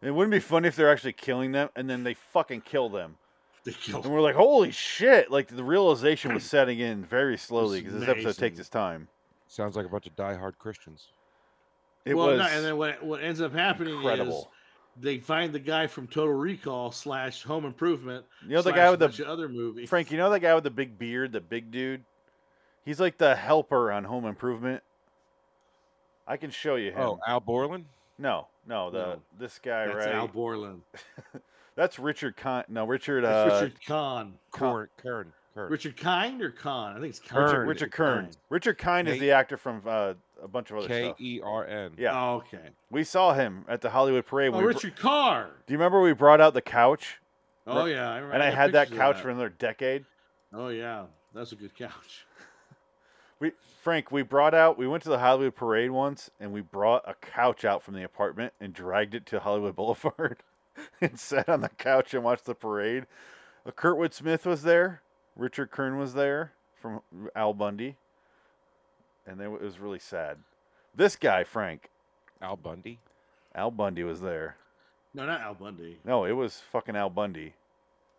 [SPEAKER 1] It wouldn't be funny if they're actually killing them and then they fucking kill them.
[SPEAKER 2] They kill
[SPEAKER 1] And we're like, holy shit. Like the realization was setting in very slowly
[SPEAKER 2] It's
[SPEAKER 1] because this episode takes
[SPEAKER 2] amazing.
[SPEAKER 1] its time.
[SPEAKER 8] Sounds like a bunch of diehard Christians.
[SPEAKER 1] [laughs] It
[SPEAKER 2] well,
[SPEAKER 1] was
[SPEAKER 2] no, and then what, what ends up happening is
[SPEAKER 1] incredible.
[SPEAKER 2] they find the guy from Total Recall slash Home Improvement.
[SPEAKER 1] You know the
[SPEAKER 2] slash
[SPEAKER 1] guy
[SPEAKER 2] a
[SPEAKER 1] with the
[SPEAKER 2] bunch of other movie.
[SPEAKER 1] Frank, you know that guy with the big beard, the big dude? He's like the helper on Home Improvement. I can show you him.
[SPEAKER 8] Oh, Al Borland.
[SPEAKER 1] No, no, the
[SPEAKER 2] No.
[SPEAKER 1] this guy
[SPEAKER 2] That's
[SPEAKER 1] right.
[SPEAKER 2] Al Borland.
[SPEAKER 1] That's Richard Con no, Richard uh
[SPEAKER 2] That's Richard Kahn.
[SPEAKER 8] Corn, Kern, Kern.
[SPEAKER 2] Richard Kind or Kahn? I think it's
[SPEAKER 1] Richard,
[SPEAKER 2] Kahn.
[SPEAKER 8] Kern.
[SPEAKER 1] Richard Kern.
[SPEAKER 2] Kern.
[SPEAKER 1] Richard Kine is
[SPEAKER 8] K-
[SPEAKER 1] the actor from uh, a bunch of other
[SPEAKER 8] K
[SPEAKER 1] stuff.
[SPEAKER 8] E R N.
[SPEAKER 1] Yeah.
[SPEAKER 2] Oh, okay.
[SPEAKER 1] We saw him at the Hollywood parade.
[SPEAKER 2] Oh,
[SPEAKER 1] when we br-
[SPEAKER 2] Richard Carr.
[SPEAKER 1] Do you remember we brought out the couch
[SPEAKER 2] Oh, yeah. I remember-
[SPEAKER 1] and I
[SPEAKER 2] got
[SPEAKER 1] had that
[SPEAKER 2] pictures of
[SPEAKER 1] couch for another decade?
[SPEAKER 2] Oh, yeah. That's a good couch. [laughs]
[SPEAKER 1] We Frank, we brought out. We went to the Hollywood Parade once, and we brought a couch out from the apartment and dragged it to Hollywood [laughs] Boulevard, and sat on the couch and watched the parade. Uh, Kurtwood Smith was there. Richard Kern was there from Al Bundy, and they, it was really sad. This guy, Frank
[SPEAKER 8] Al Bundy.
[SPEAKER 1] Al Bundy, was there.
[SPEAKER 2] No, not Al Bundy.
[SPEAKER 1] No, it was fucking Al Bundy.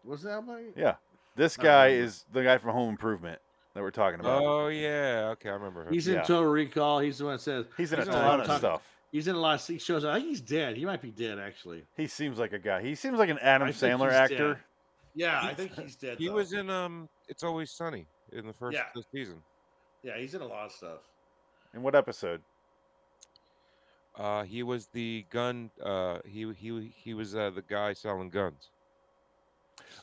[SPEAKER 2] Was it Al Bundy?
[SPEAKER 1] Yeah, this
[SPEAKER 2] I
[SPEAKER 1] guy
[SPEAKER 2] remember. Uh,
[SPEAKER 1] is the guy from Home Improvement that we're talking about.
[SPEAKER 8] Oh yeah. Okay, I remember her.
[SPEAKER 2] He's
[SPEAKER 1] Yeah.
[SPEAKER 2] in Total Recall. He's the one that says
[SPEAKER 1] he's in
[SPEAKER 2] he's
[SPEAKER 1] a
[SPEAKER 2] in a lot
[SPEAKER 1] ton
[SPEAKER 2] of
[SPEAKER 1] of
[SPEAKER 2] talk-
[SPEAKER 1] stuff.
[SPEAKER 2] he's in a lot of six shows. I think he's dead. He might be dead, actually.
[SPEAKER 1] He seems like a guy. He seems like an Adam
[SPEAKER 2] I think
[SPEAKER 1] Sandler
[SPEAKER 2] he's dead.
[SPEAKER 1] actor.
[SPEAKER 2] Yeah, I
[SPEAKER 8] He's-
[SPEAKER 2] think he's dead.
[SPEAKER 8] He
[SPEAKER 2] though.
[SPEAKER 8] was in um It's Always Sunny in the first
[SPEAKER 2] Yeah.
[SPEAKER 8] season.
[SPEAKER 2] Yeah, he's in a lot of stuff.
[SPEAKER 1] In what episode?
[SPEAKER 8] Uh, he was the gun. Uh, he he he was uh, the guy selling guns.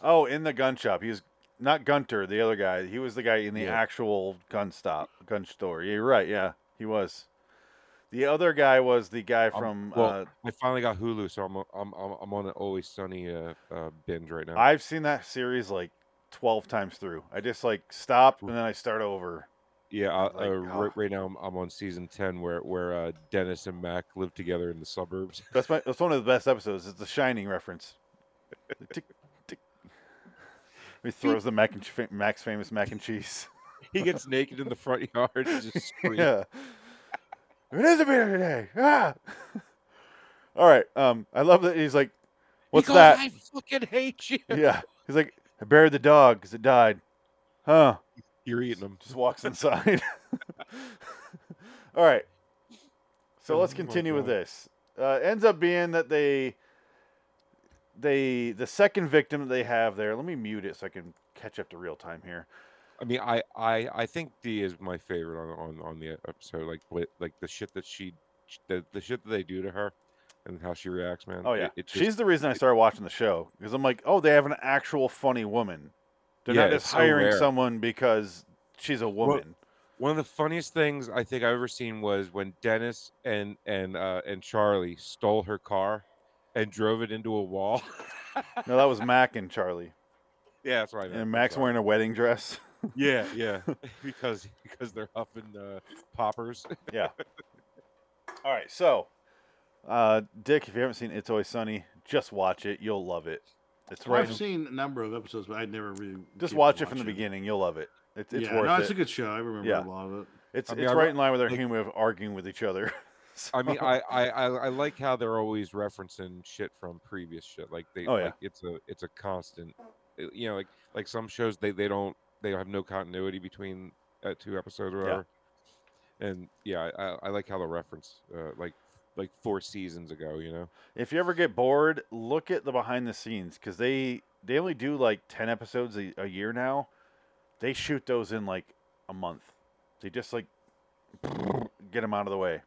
[SPEAKER 1] Oh, in the gun shop. He was not Gunter, the other guy. He was the guy in the
[SPEAKER 8] Yeah.
[SPEAKER 1] actual gun stop, gun store. Yeah, you're right. Yeah, he was. The other guy was the guy from.
[SPEAKER 8] Um, well,
[SPEAKER 1] uh,
[SPEAKER 8] I finally got Hulu, so I'm I'm I'm, I'm on an Always Sunny uh, uh, binge right now.
[SPEAKER 1] I've seen that series like twelve times through. I just like stop and then I start over.
[SPEAKER 8] yeah, I,
[SPEAKER 1] like,
[SPEAKER 8] uh,
[SPEAKER 1] oh.
[SPEAKER 8] right, right now I'm, I'm on season ten where where uh, Dennis and Mac live together in the suburbs. [laughs]
[SPEAKER 1] That's my. That's one of the best episodes. It's the Shining reference. The Tick, tick. He throws the mac and che- Mac's famous mac and cheese.
[SPEAKER 8] he gets naked in the front [laughs] yard and just [laughs]
[SPEAKER 1] [laughs]
[SPEAKER 8] screams.
[SPEAKER 1] yeah. It is a beer today. Ah. [laughs] All right. Um, I love that he's like, what's
[SPEAKER 8] he goes,
[SPEAKER 1] that?
[SPEAKER 8] I fucking hate you.
[SPEAKER 1] Yeah. He's like, I buried the dog because it died. Huh.
[SPEAKER 8] You're eating them.
[SPEAKER 1] Just walks [laughs] inside. All right. So let's
[SPEAKER 8] Oh my
[SPEAKER 1] continue with
[SPEAKER 8] God.
[SPEAKER 1] this. Uh, ends up being that they, they, the second victim that they have there. Let me mute it so I can catch up to real time here.
[SPEAKER 8] I mean, I, I, I think D is my favorite on, on, on the episode. Like, what, like the shit that she, the, the shit that they do to her, and how she reacts, man.
[SPEAKER 1] Oh yeah,
[SPEAKER 8] it, it just-
[SPEAKER 1] she's the reason I started watching the show because I'm like, oh, they have an actual funny woman. They're not
[SPEAKER 8] Yeah,
[SPEAKER 1] just
[SPEAKER 8] it's so
[SPEAKER 1] hiring
[SPEAKER 8] rare.
[SPEAKER 1] someone because she's a
[SPEAKER 8] [laughs]
[SPEAKER 1] woman.
[SPEAKER 8] one of the funniest things I think I've ever seen was when Dennis and and uh, and Charlie stole her car, and drove it into a wall. [laughs]
[SPEAKER 1] no, that was Mac and Charlie,
[SPEAKER 8] yeah, that's right.
[SPEAKER 1] and Mac's wearing a wedding dress. [laughs]
[SPEAKER 8] Yeah, yeah, [laughs] because because they're huffing uh, poppers. [laughs]
[SPEAKER 1] All right, so uh, Dick, if you haven't seen It's Always Sunny, just watch it. You'll love it. It's right.
[SPEAKER 2] I've seen a number of episodes, but I never really
[SPEAKER 1] just
[SPEAKER 2] keep
[SPEAKER 1] watch it from the
[SPEAKER 2] watching.
[SPEAKER 1] beginning. You'll love it. It's it's
[SPEAKER 2] yeah,
[SPEAKER 1] worth
[SPEAKER 2] no,
[SPEAKER 1] it.
[SPEAKER 2] it's a good show. I remember
[SPEAKER 1] Yeah.
[SPEAKER 2] a lot of it.
[SPEAKER 1] it's
[SPEAKER 8] I mean,
[SPEAKER 1] it's
[SPEAKER 8] I
[SPEAKER 1] right
[SPEAKER 8] li-
[SPEAKER 1] in line with our
[SPEAKER 8] like-
[SPEAKER 1] humor of arguing with each other. [laughs]
[SPEAKER 8] I mean,
[SPEAKER 1] So-
[SPEAKER 8] I, I, I, I like how they're always referencing shit from previous shit. Like they,
[SPEAKER 1] Oh, yeah.
[SPEAKER 8] like it's a, it's a constant. uh, You know, like like some shows they they don't they have no continuity between uh, two episodes or
[SPEAKER 1] Yeah.
[SPEAKER 8] whatever. And yeah, I, I- I like how the reference uh, like like four seasons ago. You know,
[SPEAKER 1] If you ever get bored, look at the behind the scenes because they they only do like ten episodes a, a year now. They shoot those in like a month. They just like get them out of the way.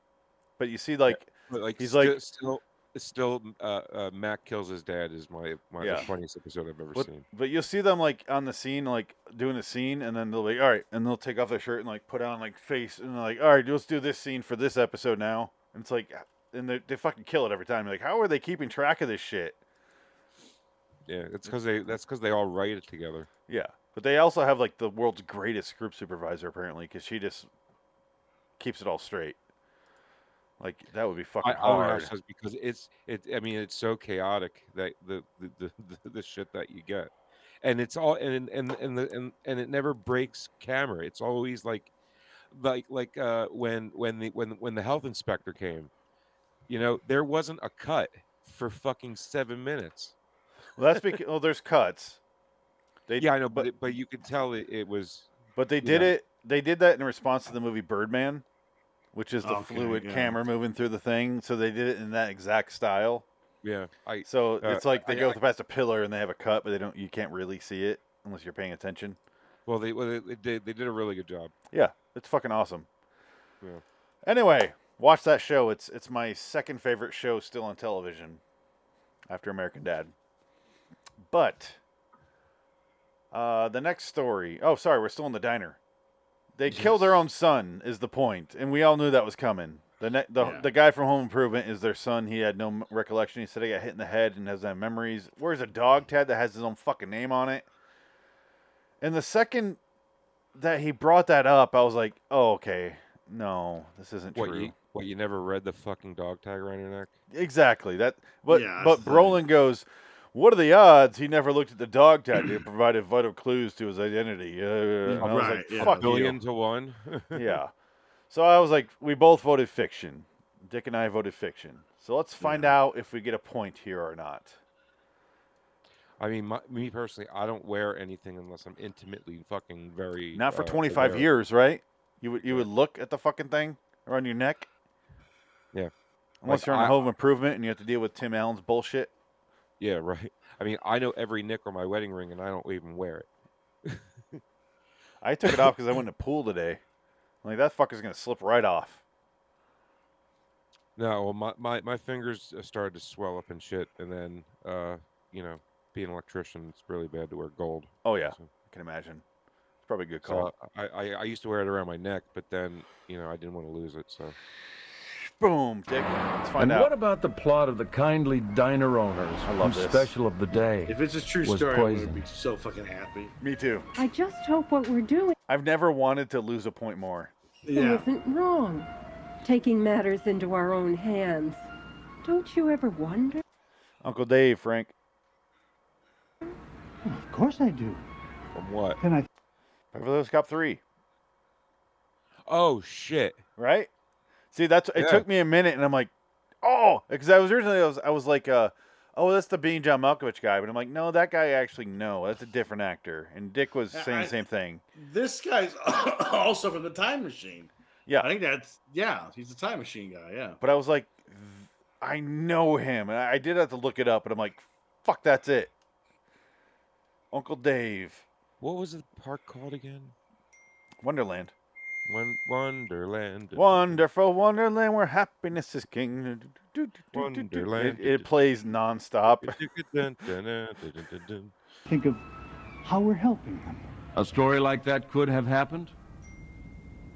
[SPEAKER 1] But you see, like
[SPEAKER 8] but like
[SPEAKER 1] He's
[SPEAKER 8] sti-
[SPEAKER 1] like-
[SPEAKER 8] still still uh, uh, Mac kills his dad is my my the
[SPEAKER 1] Yeah.
[SPEAKER 8] funniest episode I've ever
[SPEAKER 1] But,
[SPEAKER 8] seen.
[SPEAKER 1] but you'll see them like on the scene, like doing a scene, and then they'll be all right, and they'll take off their shirt and like put on like face, and they're like, all right, let's do this scene for this episode now. And it's like, and they, they fucking kill it every time. Like, how are they keeping track of this shit?
[SPEAKER 8] Yeah, it's because they that's because they all write it together.
[SPEAKER 1] Yeah, but they also have like the world's greatest group supervisor apparently, because she just keeps it all straight. Like that would be fucking
[SPEAKER 8] I, I don't know how
[SPEAKER 1] hard.
[SPEAKER 8] it says because it's it. I mean, it's so chaotic that the the, the, [laughs] the, the shit that you get, and it's all and and and the and, and it never breaks camera. It's always like, like like uh when when the when when the health inspector came, you know, there wasn't a cut for fucking seven minutes.
[SPEAKER 1] Well, that's because well, there's cuts. They
[SPEAKER 8] Yeah, I know, but
[SPEAKER 1] but-
[SPEAKER 8] it, but you could tell it, it was
[SPEAKER 1] but they did
[SPEAKER 8] Yeah.
[SPEAKER 1] it. They did that in response to the movie Birdman, which is the
[SPEAKER 2] Okay,
[SPEAKER 1] fluid
[SPEAKER 2] yeah.
[SPEAKER 1] camera moving through the thing. So they did it in that exact style.
[SPEAKER 8] yeah. I
[SPEAKER 1] So
[SPEAKER 8] Uh,
[SPEAKER 1] it's like they
[SPEAKER 8] I-
[SPEAKER 1] go
[SPEAKER 8] I-
[SPEAKER 1] past a pillar and they have a cut, but they don't. You can't really see it unless you're paying attention.
[SPEAKER 8] well they well, they, they they did a really good job.
[SPEAKER 1] Yeah, it's fucking awesome.
[SPEAKER 8] Yeah.
[SPEAKER 1] Anyway, watch that show. It's it's my second favorite show still on television, after American Dad. But uh, the next story. Oh, sorry, we're still in the diner. They kill their own son is the point, and we all knew that was coming. The ne- the,
[SPEAKER 2] Yeah.
[SPEAKER 1] the guy from Home Improvement is their son. He had no m- recollection. He said he got hit in the head and has no memories. Where's a dog tag that has his own fucking name on it? And the second that he brought that up, I was like, oh, okay, no, this isn't
[SPEAKER 8] What
[SPEAKER 1] true.
[SPEAKER 8] you what you never read the fucking dog tag around your neck?
[SPEAKER 1] Exactly. That but
[SPEAKER 2] Yeah,
[SPEAKER 1] but
[SPEAKER 2] that's the
[SPEAKER 1] Brolin goes, What are the odds he never looked at the dog tag that provided vital clues to his identity? Uh, and I was
[SPEAKER 2] Right,
[SPEAKER 1] like,
[SPEAKER 2] yeah.
[SPEAKER 1] fuck
[SPEAKER 8] Billion to one. [laughs]
[SPEAKER 1] you. [laughs] yeah. So I was like, we both voted fiction. Dick and I voted fiction. So let's find out if we get a point here or not.
[SPEAKER 8] I mean, my, me personally, I don't wear anything unless I'm intimately fucking very.
[SPEAKER 1] Not for
[SPEAKER 8] uh,
[SPEAKER 1] 25
[SPEAKER 8] aware.
[SPEAKER 1] years, right? You would you would look at the fucking thing around your neck.
[SPEAKER 8] Yeah.
[SPEAKER 1] Unless
[SPEAKER 8] Like,
[SPEAKER 1] you're on
[SPEAKER 8] I-
[SPEAKER 1] Home Improvement and you have to deal with Tim Allen's bullshit.
[SPEAKER 8] Yeah, [laughs] right. I mean, I know every nick on my wedding ring, and I don't even wear it.
[SPEAKER 1] I took it off because I went in the pool today. I'm like that fucker's gonna slip right off.
[SPEAKER 8] No, well, my, my, my fingers uh, started to swell up and shit, and then, uh, you know, being an electrician, it's really bad to wear gold.
[SPEAKER 1] Oh yeah,
[SPEAKER 8] So-
[SPEAKER 1] I can imagine. It's probably a good call.
[SPEAKER 8] So I, I, I used to wear it around my neck, but then, you know, I didn't want to lose it. So
[SPEAKER 1] Boom, Dick. Let's find
[SPEAKER 6] And
[SPEAKER 1] out.
[SPEAKER 6] what about the plot of the kindly diner owners
[SPEAKER 1] I love
[SPEAKER 6] whose
[SPEAKER 1] this.
[SPEAKER 6] special of the day
[SPEAKER 2] If it's a true
[SPEAKER 6] Was
[SPEAKER 2] story, I
[SPEAKER 6] poison.
[SPEAKER 2] would be so fucking happy.
[SPEAKER 1] Me too.
[SPEAKER 7] I just hope what we're doing
[SPEAKER 1] I've never wanted to lose a point more.
[SPEAKER 2] Yeah.
[SPEAKER 7] isn't wrong. Taking matters into our own hands. Don't you ever wonder?
[SPEAKER 1] Uncle Dave, Frank,
[SPEAKER 9] Of course I do.
[SPEAKER 8] from what?
[SPEAKER 9] Then I
[SPEAKER 1] Beverly Hills Cop three,
[SPEAKER 8] Oh shit!
[SPEAKER 1] right? See, that's it
[SPEAKER 8] Yeah.
[SPEAKER 1] took me a minute, and I'm like, oh, because I was originally I was, I was like, uh, oh, that's the Being John Malkovich guy, but I'm like, no, that guy actually no, that's a different actor, and Dick [laughs] was
[SPEAKER 2] I-
[SPEAKER 1] saying
[SPEAKER 2] I-
[SPEAKER 1] the same thing.
[SPEAKER 2] [laughs] This guy's [coughs] also from the time machine.
[SPEAKER 1] Yeah.
[SPEAKER 2] I think that's yeah. He's a time machine guy. Yeah.
[SPEAKER 1] But I was like, th- I know him, and I I did have to look it up, and I'm like, fuck, that's it. Uncle Dave,
[SPEAKER 8] What was the park called again?
[SPEAKER 1] Wonderland,
[SPEAKER 8] Won- Wonderland.
[SPEAKER 1] wonderful Wonderland, where happiness is king. Do- do- do- do- do- do.
[SPEAKER 8] Wonderland.
[SPEAKER 1] It, it plays nonstop.
[SPEAKER 8] [laughs]
[SPEAKER 9] think of how we're helping them.
[SPEAKER 5] A story like that could have happened?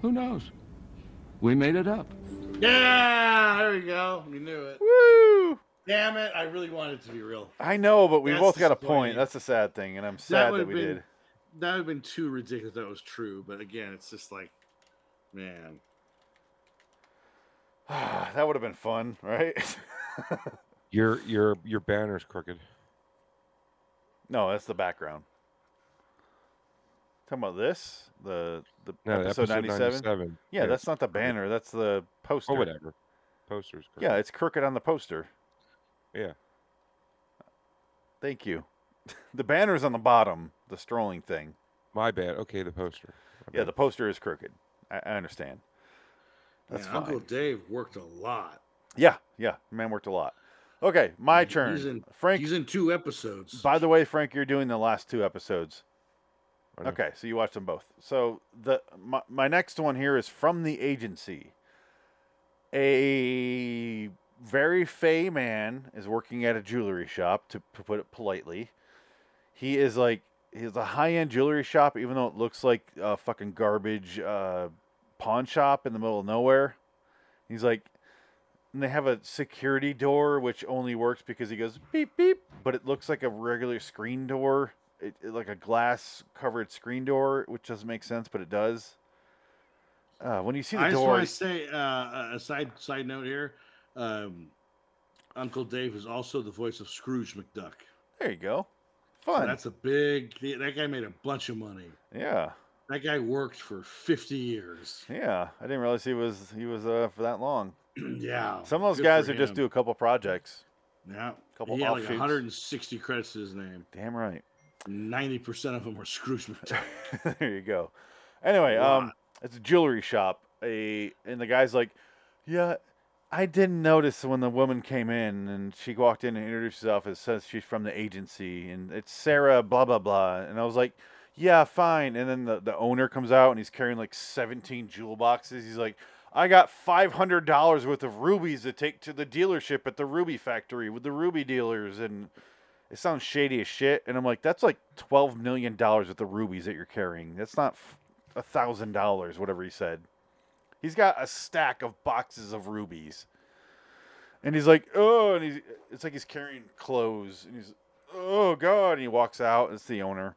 [SPEAKER 5] Who knows? We made it up.
[SPEAKER 2] Yeah. There we go. We knew it.
[SPEAKER 1] Woo!
[SPEAKER 2] Damn it! I really wanted it to be real.
[SPEAKER 1] I know, but we
[SPEAKER 2] That's
[SPEAKER 1] both got a
[SPEAKER 2] disappointing.
[SPEAKER 1] point. That's the sad thing, and I'm sad that,
[SPEAKER 2] would've
[SPEAKER 1] we
[SPEAKER 2] been-
[SPEAKER 1] did.
[SPEAKER 2] That would have been too ridiculous. That was true. But again, it's just like, man.
[SPEAKER 1] [sighs] that would have been fun, right? [laughs]
[SPEAKER 8] Your your your banner's crooked.
[SPEAKER 1] no, that's the background. Talking about this, the the
[SPEAKER 8] No,
[SPEAKER 1] episode, 97? Yeah, that's not the banner. That's the poster.
[SPEAKER 8] or Oh, whatever. Posters. Crooked.
[SPEAKER 1] Yeah, it's crooked on the poster.
[SPEAKER 8] Yeah.
[SPEAKER 1] Thank you. [laughs] the banner's on the bottom. The strolling thing.
[SPEAKER 8] My bad. Okay, the poster. My
[SPEAKER 1] Yeah,
[SPEAKER 8] bad.
[SPEAKER 1] the poster is crooked. I, I understand. That's
[SPEAKER 2] man,
[SPEAKER 1] fine.
[SPEAKER 2] Uncle Dave worked a lot.
[SPEAKER 1] Yeah, yeah. Man worked a lot. Okay, my turn.
[SPEAKER 2] He's in,
[SPEAKER 1] Frank
[SPEAKER 2] he's in two episodes.
[SPEAKER 1] By the way, Frank, you're doing the last two episodes.
[SPEAKER 8] I know.
[SPEAKER 1] Okay, so you watched them both. So the my, my next one here is from the agency. A very fey man is working at a jewelry shop to, to put it politely. He is like he's a high end jewelry shop, even though it looks like a fucking garbage uh, pawn shop in the middle of nowhere. He's like, and they have a security door which only works because he goes beep beep, but it looks like a regular screen door, it, it- like a glass covered screen door, which doesn't make sense, but it does. Uh, when you see the
[SPEAKER 2] I just
[SPEAKER 1] door,
[SPEAKER 2] want to say uh, a side side note here. Um, Uncle Dave is also the voice of Scrooge McDuck.
[SPEAKER 1] there you go,
[SPEAKER 2] So
[SPEAKER 1] fun,
[SPEAKER 2] that's a big. That guy made a bunch of money.
[SPEAKER 1] yeah,
[SPEAKER 2] That guy worked for fifty years. [clears throat]
[SPEAKER 1] yeah. I didn't realize he was he was uh, for that long.
[SPEAKER 2] yeah.
[SPEAKER 1] Some of those
[SPEAKER 2] good
[SPEAKER 1] guys
[SPEAKER 2] for
[SPEAKER 1] are just
[SPEAKER 2] him.
[SPEAKER 1] do a couple projects.
[SPEAKER 2] Yeah.
[SPEAKER 1] couple
[SPEAKER 2] he had like
[SPEAKER 1] offshoots.
[SPEAKER 2] 160 credits to his name.
[SPEAKER 1] Damn right.
[SPEAKER 2] 90% of them were
[SPEAKER 1] [laughs]
[SPEAKER 2] Scrooge [laughs] McDuck.
[SPEAKER 1] there you go. Anyway, um,
[SPEAKER 2] Wow.
[SPEAKER 1] it's a jewelry shop. A and the guy's like, yeah, I didn't notice when the woman came in and she walked in and introduced herself and says she's from the agency and it's Sarah blah blah blah. And I was like, yeah, fine. And then the the owner comes out and he's carrying like 17 jewel boxes. He's like. I got five hundred dollars worth of rubies to take to the dealership at the ruby factory with the ruby dealers, and it sounds shady as shit. And I'm like, that's like twelve million dollars worth of rubies that you're carrying. That's not a thousand dollars, whatever he said. He's got a stack of boxes of rubies, and he's like, oh, and he's it's like he's carrying clothes, and he's oh god, and he walks out. It's the owner.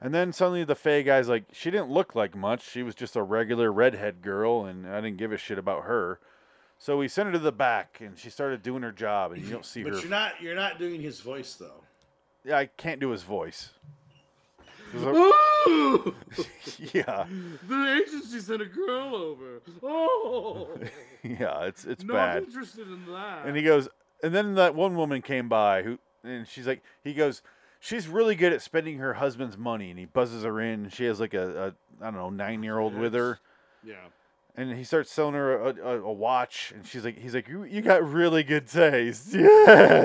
[SPEAKER 1] And then suddenly the Fey guy's like, she didn't look like much. She was just a regular redhead girl, and I didn't give a shit about her. So we sent her to the back, and she started doing her job, and you don't see
[SPEAKER 2] but
[SPEAKER 1] her
[SPEAKER 2] you're not you're not doing his voice [laughs] though.
[SPEAKER 1] yeah, I can't do his voice.
[SPEAKER 2] Ooh!
[SPEAKER 1] [laughs] yeah,
[SPEAKER 2] the agency sent a girl over. Oh,
[SPEAKER 1] yeah, [laughs] it's it's
[SPEAKER 2] not
[SPEAKER 1] bad.
[SPEAKER 2] interested in that.
[SPEAKER 1] And he goes, and then that one woman came by who, and she's like, he goes, she's really good at spending her husband's money, and he buzzes her in. She has like a, a I don't know nine year old with her,
[SPEAKER 2] Yeah.
[SPEAKER 1] and he starts selling her a, a, a watch, and she's like, he's like, you, you got really good taste. [laughs]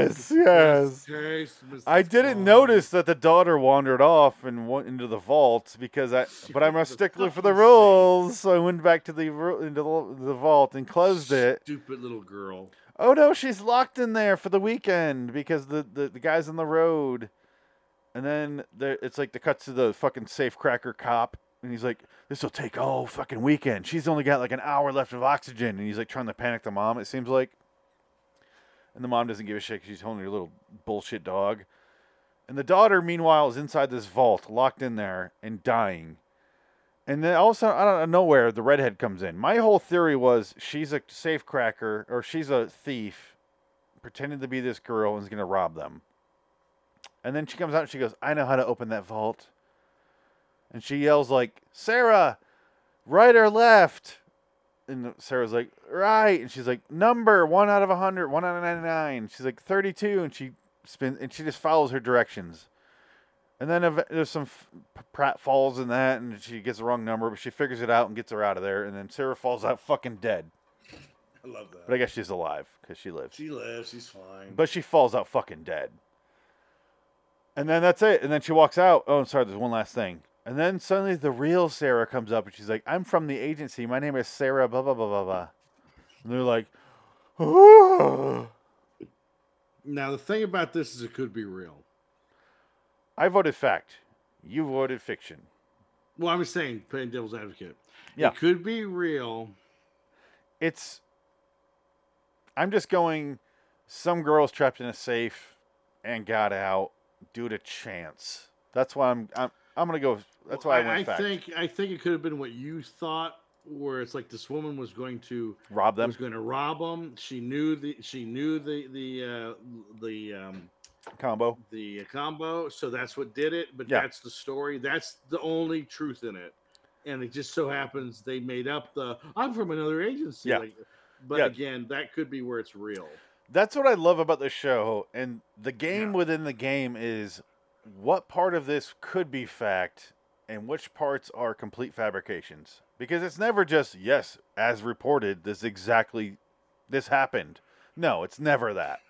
[SPEAKER 1] Yes, yes.
[SPEAKER 2] Taste, Mrs.
[SPEAKER 1] I didn't
[SPEAKER 2] Bond.
[SPEAKER 1] notice that the daughter wandered off and went into the vault because I,
[SPEAKER 2] She
[SPEAKER 1] but I'm a
[SPEAKER 2] was a
[SPEAKER 1] stickler for
[SPEAKER 2] fucking
[SPEAKER 1] the
[SPEAKER 2] saint.
[SPEAKER 1] rules, so I went back to the ru- into the, the vault and closed it.
[SPEAKER 2] Stupid little girl.
[SPEAKER 1] Oh no, she's locked in there for the weekend because the the, the guy's on the road, and then there, it's like the cuts to the fucking safe cracker cop, and he's like, "This will take all fucking weekend." She's only got like an hour left of oxygen, and he's like trying to panic the mom. It seems like, and the mom doesn't give a shit 'cause she's holding her little bullshit dog, and the daughter meanwhile is inside this vault, locked in there and dying. And then also out of nowhere, the redhead comes in. My whole theory was she's a safe cracker or she's a thief, pretending to be this girl and is gonna rob them. And then she comes out and she goes, I know how to open that vault. And she yells like, Sarah, right or left? And Sarah's like, right. And she's like, number one out of a hundred, one out of ninety-nine. She's like thirty-two, and she spins and she just follows her directions. And then ev- there's some f- Pratt falls in that, and she gets the wrong number, but she figures it out and gets her out of there. And then Sarah falls out fucking dead,
[SPEAKER 2] I love that.
[SPEAKER 1] but I guess she's alive because she lives.
[SPEAKER 2] she lives. She's fine.
[SPEAKER 1] But she falls out fucking dead. And then that's it. And then she walks out. Oh, I'm sorry. There's one last thing. And then suddenly the real Sarah comes up and she's like, I'm from the agency. My name is Sarah, blah, blah, blah, blah, blah. And they're like, oh.
[SPEAKER 2] now the thing about this is it could be real.
[SPEAKER 1] I voted fact. You voted fiction.
[SPEAKER 2] Well, I'm just saying, playing devil's advocate.
[SPEAKER 1] Yeah.
[SPEAKER 2] It could be real.
[SPEAKER 1] It's. I'm just going, some girl's trapped in a safe and got out due to chance. That's why I'm. I'm, I'm going to go. That's why I, went fact.
[SPEAKER 2] think I think it could have been what you thought, where it's like this woman was going to
[SPEAKER 1] Rob them.
[SPEAKER 2] was going to rob them. She knew the she knew the the uh, the um,
[SPEAKER 1] Combo.
[SPEAKER 2] the combo, so that's what did it. But
[SPEAKER 1] Yeah.
[SPEAKER 2] that's the story. That's the only truth in it, and it just so happens they made up the I'm from another agency.
[SPEAKER 1] Yeah.
[SPEAKER 2] Like, but
[SPEAKER 1] Yeah.
[SPEAKER 2] again, that could be where it's real.
[SPEAKER 1] That's what I love about the show, and the game within the game is what part of this could be fact and which parts are complete fabrications. Because it's never just yes, as reported, this exactly this happened. No, it's never that.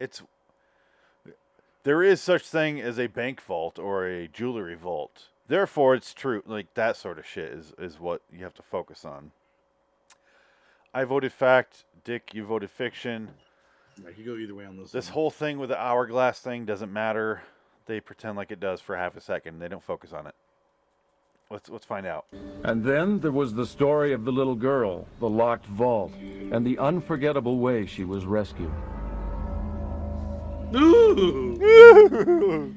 [SPEAKER 1] It's there is such thing as a bank vault or a jewelry vault. Therefore, it's true. Like that sort of shit is is what you have to focus on. I voted fact. Dick, you voted fiction.
[SPEAKER 2] I could go either way on this.
[SPEAKER 1] This
[SPEAKER 2] one.
[SPEAKER 1] whole thing with the hourglass thing doesn't matter. They pretend like it does for half a second. They don't focus on it. Let's let's find out.
[SPEAKER 6] And then there was the story of the little girl, the locked vault, and the unforgettable way she was rescued.
[SPEAKER 2] Ooh!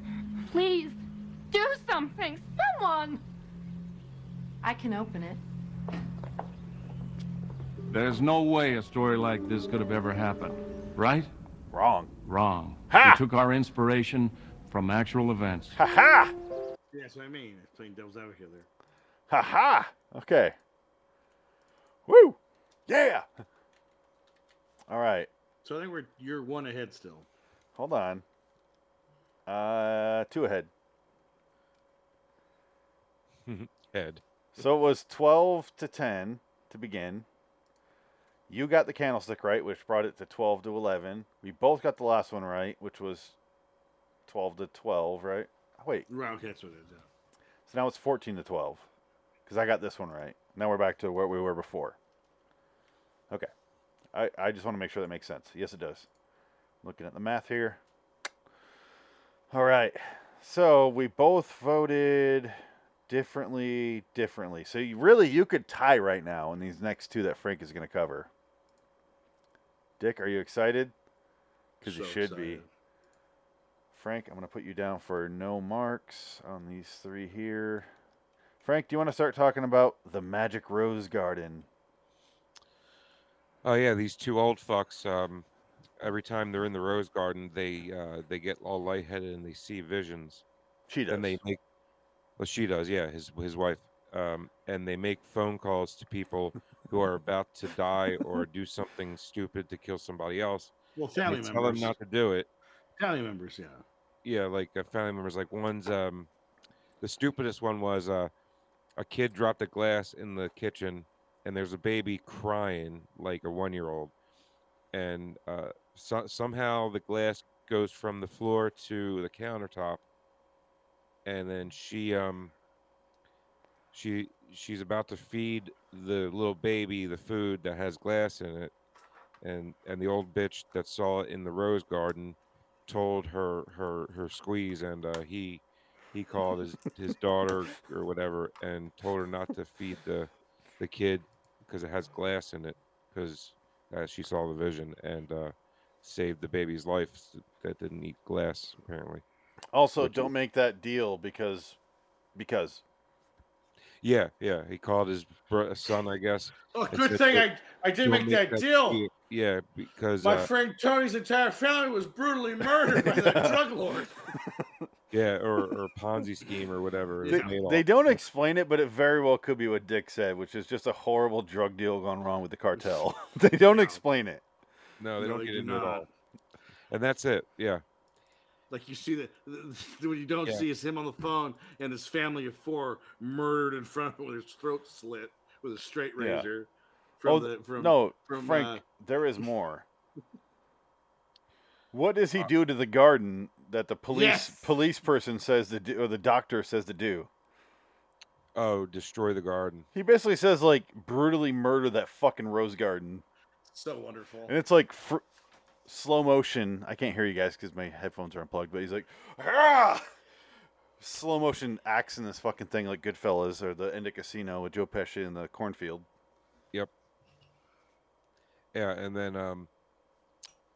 [SPEAKER 10] Please, do something, someone! I can open it.
[SPEAKER 5] There's no way a story like this could have ever happened, right?
[SPEAKER 1] Wrong.
[SPEAKER 5] Wrong.
[SPEAKER 1] Ha!
[SPEAKER 5] We took our inspiration from actual events.
[SPEAKER 1] Ha ha
[SPEAKER 2] Yeah, that's what I mean. It's playing devil's advocate there.
[SPEAKER 1] ha ha. Okay. Woo. Yeah. [laughs] All right.
[SPEAKER 2] So I think we're you're one ahead still.
[SPEAKER 1] Hold on. Uh, two ahead.
[SPEAKER 8] Head.
[SPEAKER 1] So it was twelve to ten to begin. You got the candlestick right, which brought it to twelve to eleven. We both got the last one right, which was twelve to twelve, right? Wait,
[SPEAKER 2] Right, okay, that's what it is. yeah.
[SPEAKER 1] So now it's 14 to 12 because I got this one right. Now we're back to where we were before. Okay. I, I just want to make sure that makes sense. Yes, it does. Looking at the math here. All right. So we both voted differently, differently. So you, really, you could tie right now in these next two that Frank is going to cover. Dick, are you excited? Because you
[SPEAKER 2] So
[SPEAKER 1] should be.
[SPEAKER 2] excited.
[SPEAKER 1] Frank, I'm going to put you down for no marks on these three here. Frank, do you want to start talking about the Magic Rose Garden?
[SPEAKER 8] Oh yeah, these two old fucks. Um, every time they're in the rose garden, they uh, they get all lightheaded and they see visions.
[SPEAKER 1] She does.
[SPEAKER 8] And they make. Well, she does. Yeah, his his wife. Um, and they make phone calls to people who are about to die or do something stupid to kill somebody else.
[SPEAKER 2] Well,
[SPEAKER 8] and
[SPEAKER 2] family
[SPEAKER 8] they tell them
[SPEAKER 2] members.
[SPEAKER 8] not to do it.
[SPEAKER 2] Family members, yeah.
[SPEAKER 8] yeah, like uh, family members. Like one's um, the stupidest one was uh, a kid dropped a glass in the kitchen, and there's a baby crying like a one year old, and uh, so- somehow the glass goes from the floor to the countertop, and then she um she she's about to feed the little baby the food that has glass in it, and and the old bitch that saw it in the rose garden told her her her squeeze and uh, he he called his his daughter or whatever and told her not to feed the the kid because it has glass in it because uh, she saw the vision and uh, saved the baby's life s- that didn't eat glass apparently
[SPEAKER 1] Also,
[SPEAKER 8] Which is-
[SPEAKER 1] don't make that deal because because
[SPEAKER 8] yeah yeah he called his bro- son I guess
[SPEAKER 2] Oh,
[SPEAKER 8] and
[SPEAKER 2] good
[SPEAKER 8] said
[SPEAKER 2] thing
[SPEAKER 8] that
[SPEAKER 2] I, I did
[SPEAKER 8] don't
[SPEAKER 2] make that, deal.
[SPEAKER 8] yeah because
[SPEAKER 2] My
[SPEAKER 8] uh,
[SPEAKER 2] friend Tony's entire family was brutally murdered by
[SPEAKER 8] [laughs]
[SPEAKER 2] that drug lord.
[SPEAKER 8] yeah or, or
[SPEAKER 2] [laughs]
[SPEAKER 8] Ponzi scheme or whatever it was
[SPEAKER 1] they,
[SPEAKER 8] made off.
[SPEAKER 1] they don't explain it, but it very well could be what Dick said, which is just a horrible drug deal gone wrong with the
[SPEAKER 8] [laughs]
[SPEAKER 1] cartel. [laughs] they don't explain it.
[SPEAKER 8] no
[SPEAKER 2] No,
[SPEAKER 8] they don't
[SPEAKER 2] they
[SPEAKER 8] get
[SPEAKER 2] do
[SPEAKER 8] into it
[SPEAKER 2] not.
[SPEAKER 8] all and that's it yeah
[SPEAKER 2] Like you see that what you don't
[SPEAKER 8] Yeah.
[SPEAKER 2] see is him on the phone and his family of four murdered in front of him with his throat slit with a straight
[SPEAKER 1] Yeah.
[SPEAKER 2] razor.
[SPEAKER 1] oh,
[SPEAKER 2] the-
[SPEAKER 1] no,
[SPEAKER 2] from,
[SPEAKER 1] Frank,
[SPEAKER 2] uh,
[SPEAKER 1] there is
[SPEAKER 2] [laughs]
[SPEAKER 1] more. What does he do to the garden that the police
[SPEAKER 2] Uh, Yes.
[SPEAKER 1] police person says to do, or the doctor says to do?
[SPEAKER 8] oh destroy the garden
[SPEAKER 1] He basically says like brutally murder that fucking rose garden,
[SPEAKER 2] so wonderful.
[SPEAKER 1] and it's like fr- slow motion. I can't hear you guys because my headphones are unplugged, but he's like, ah! slow motion acts in this fucking thing like Goodfellas or the end of Casino with Joe Pesci in the cornfield.
[SPEAKER 8] Yeah, and then um,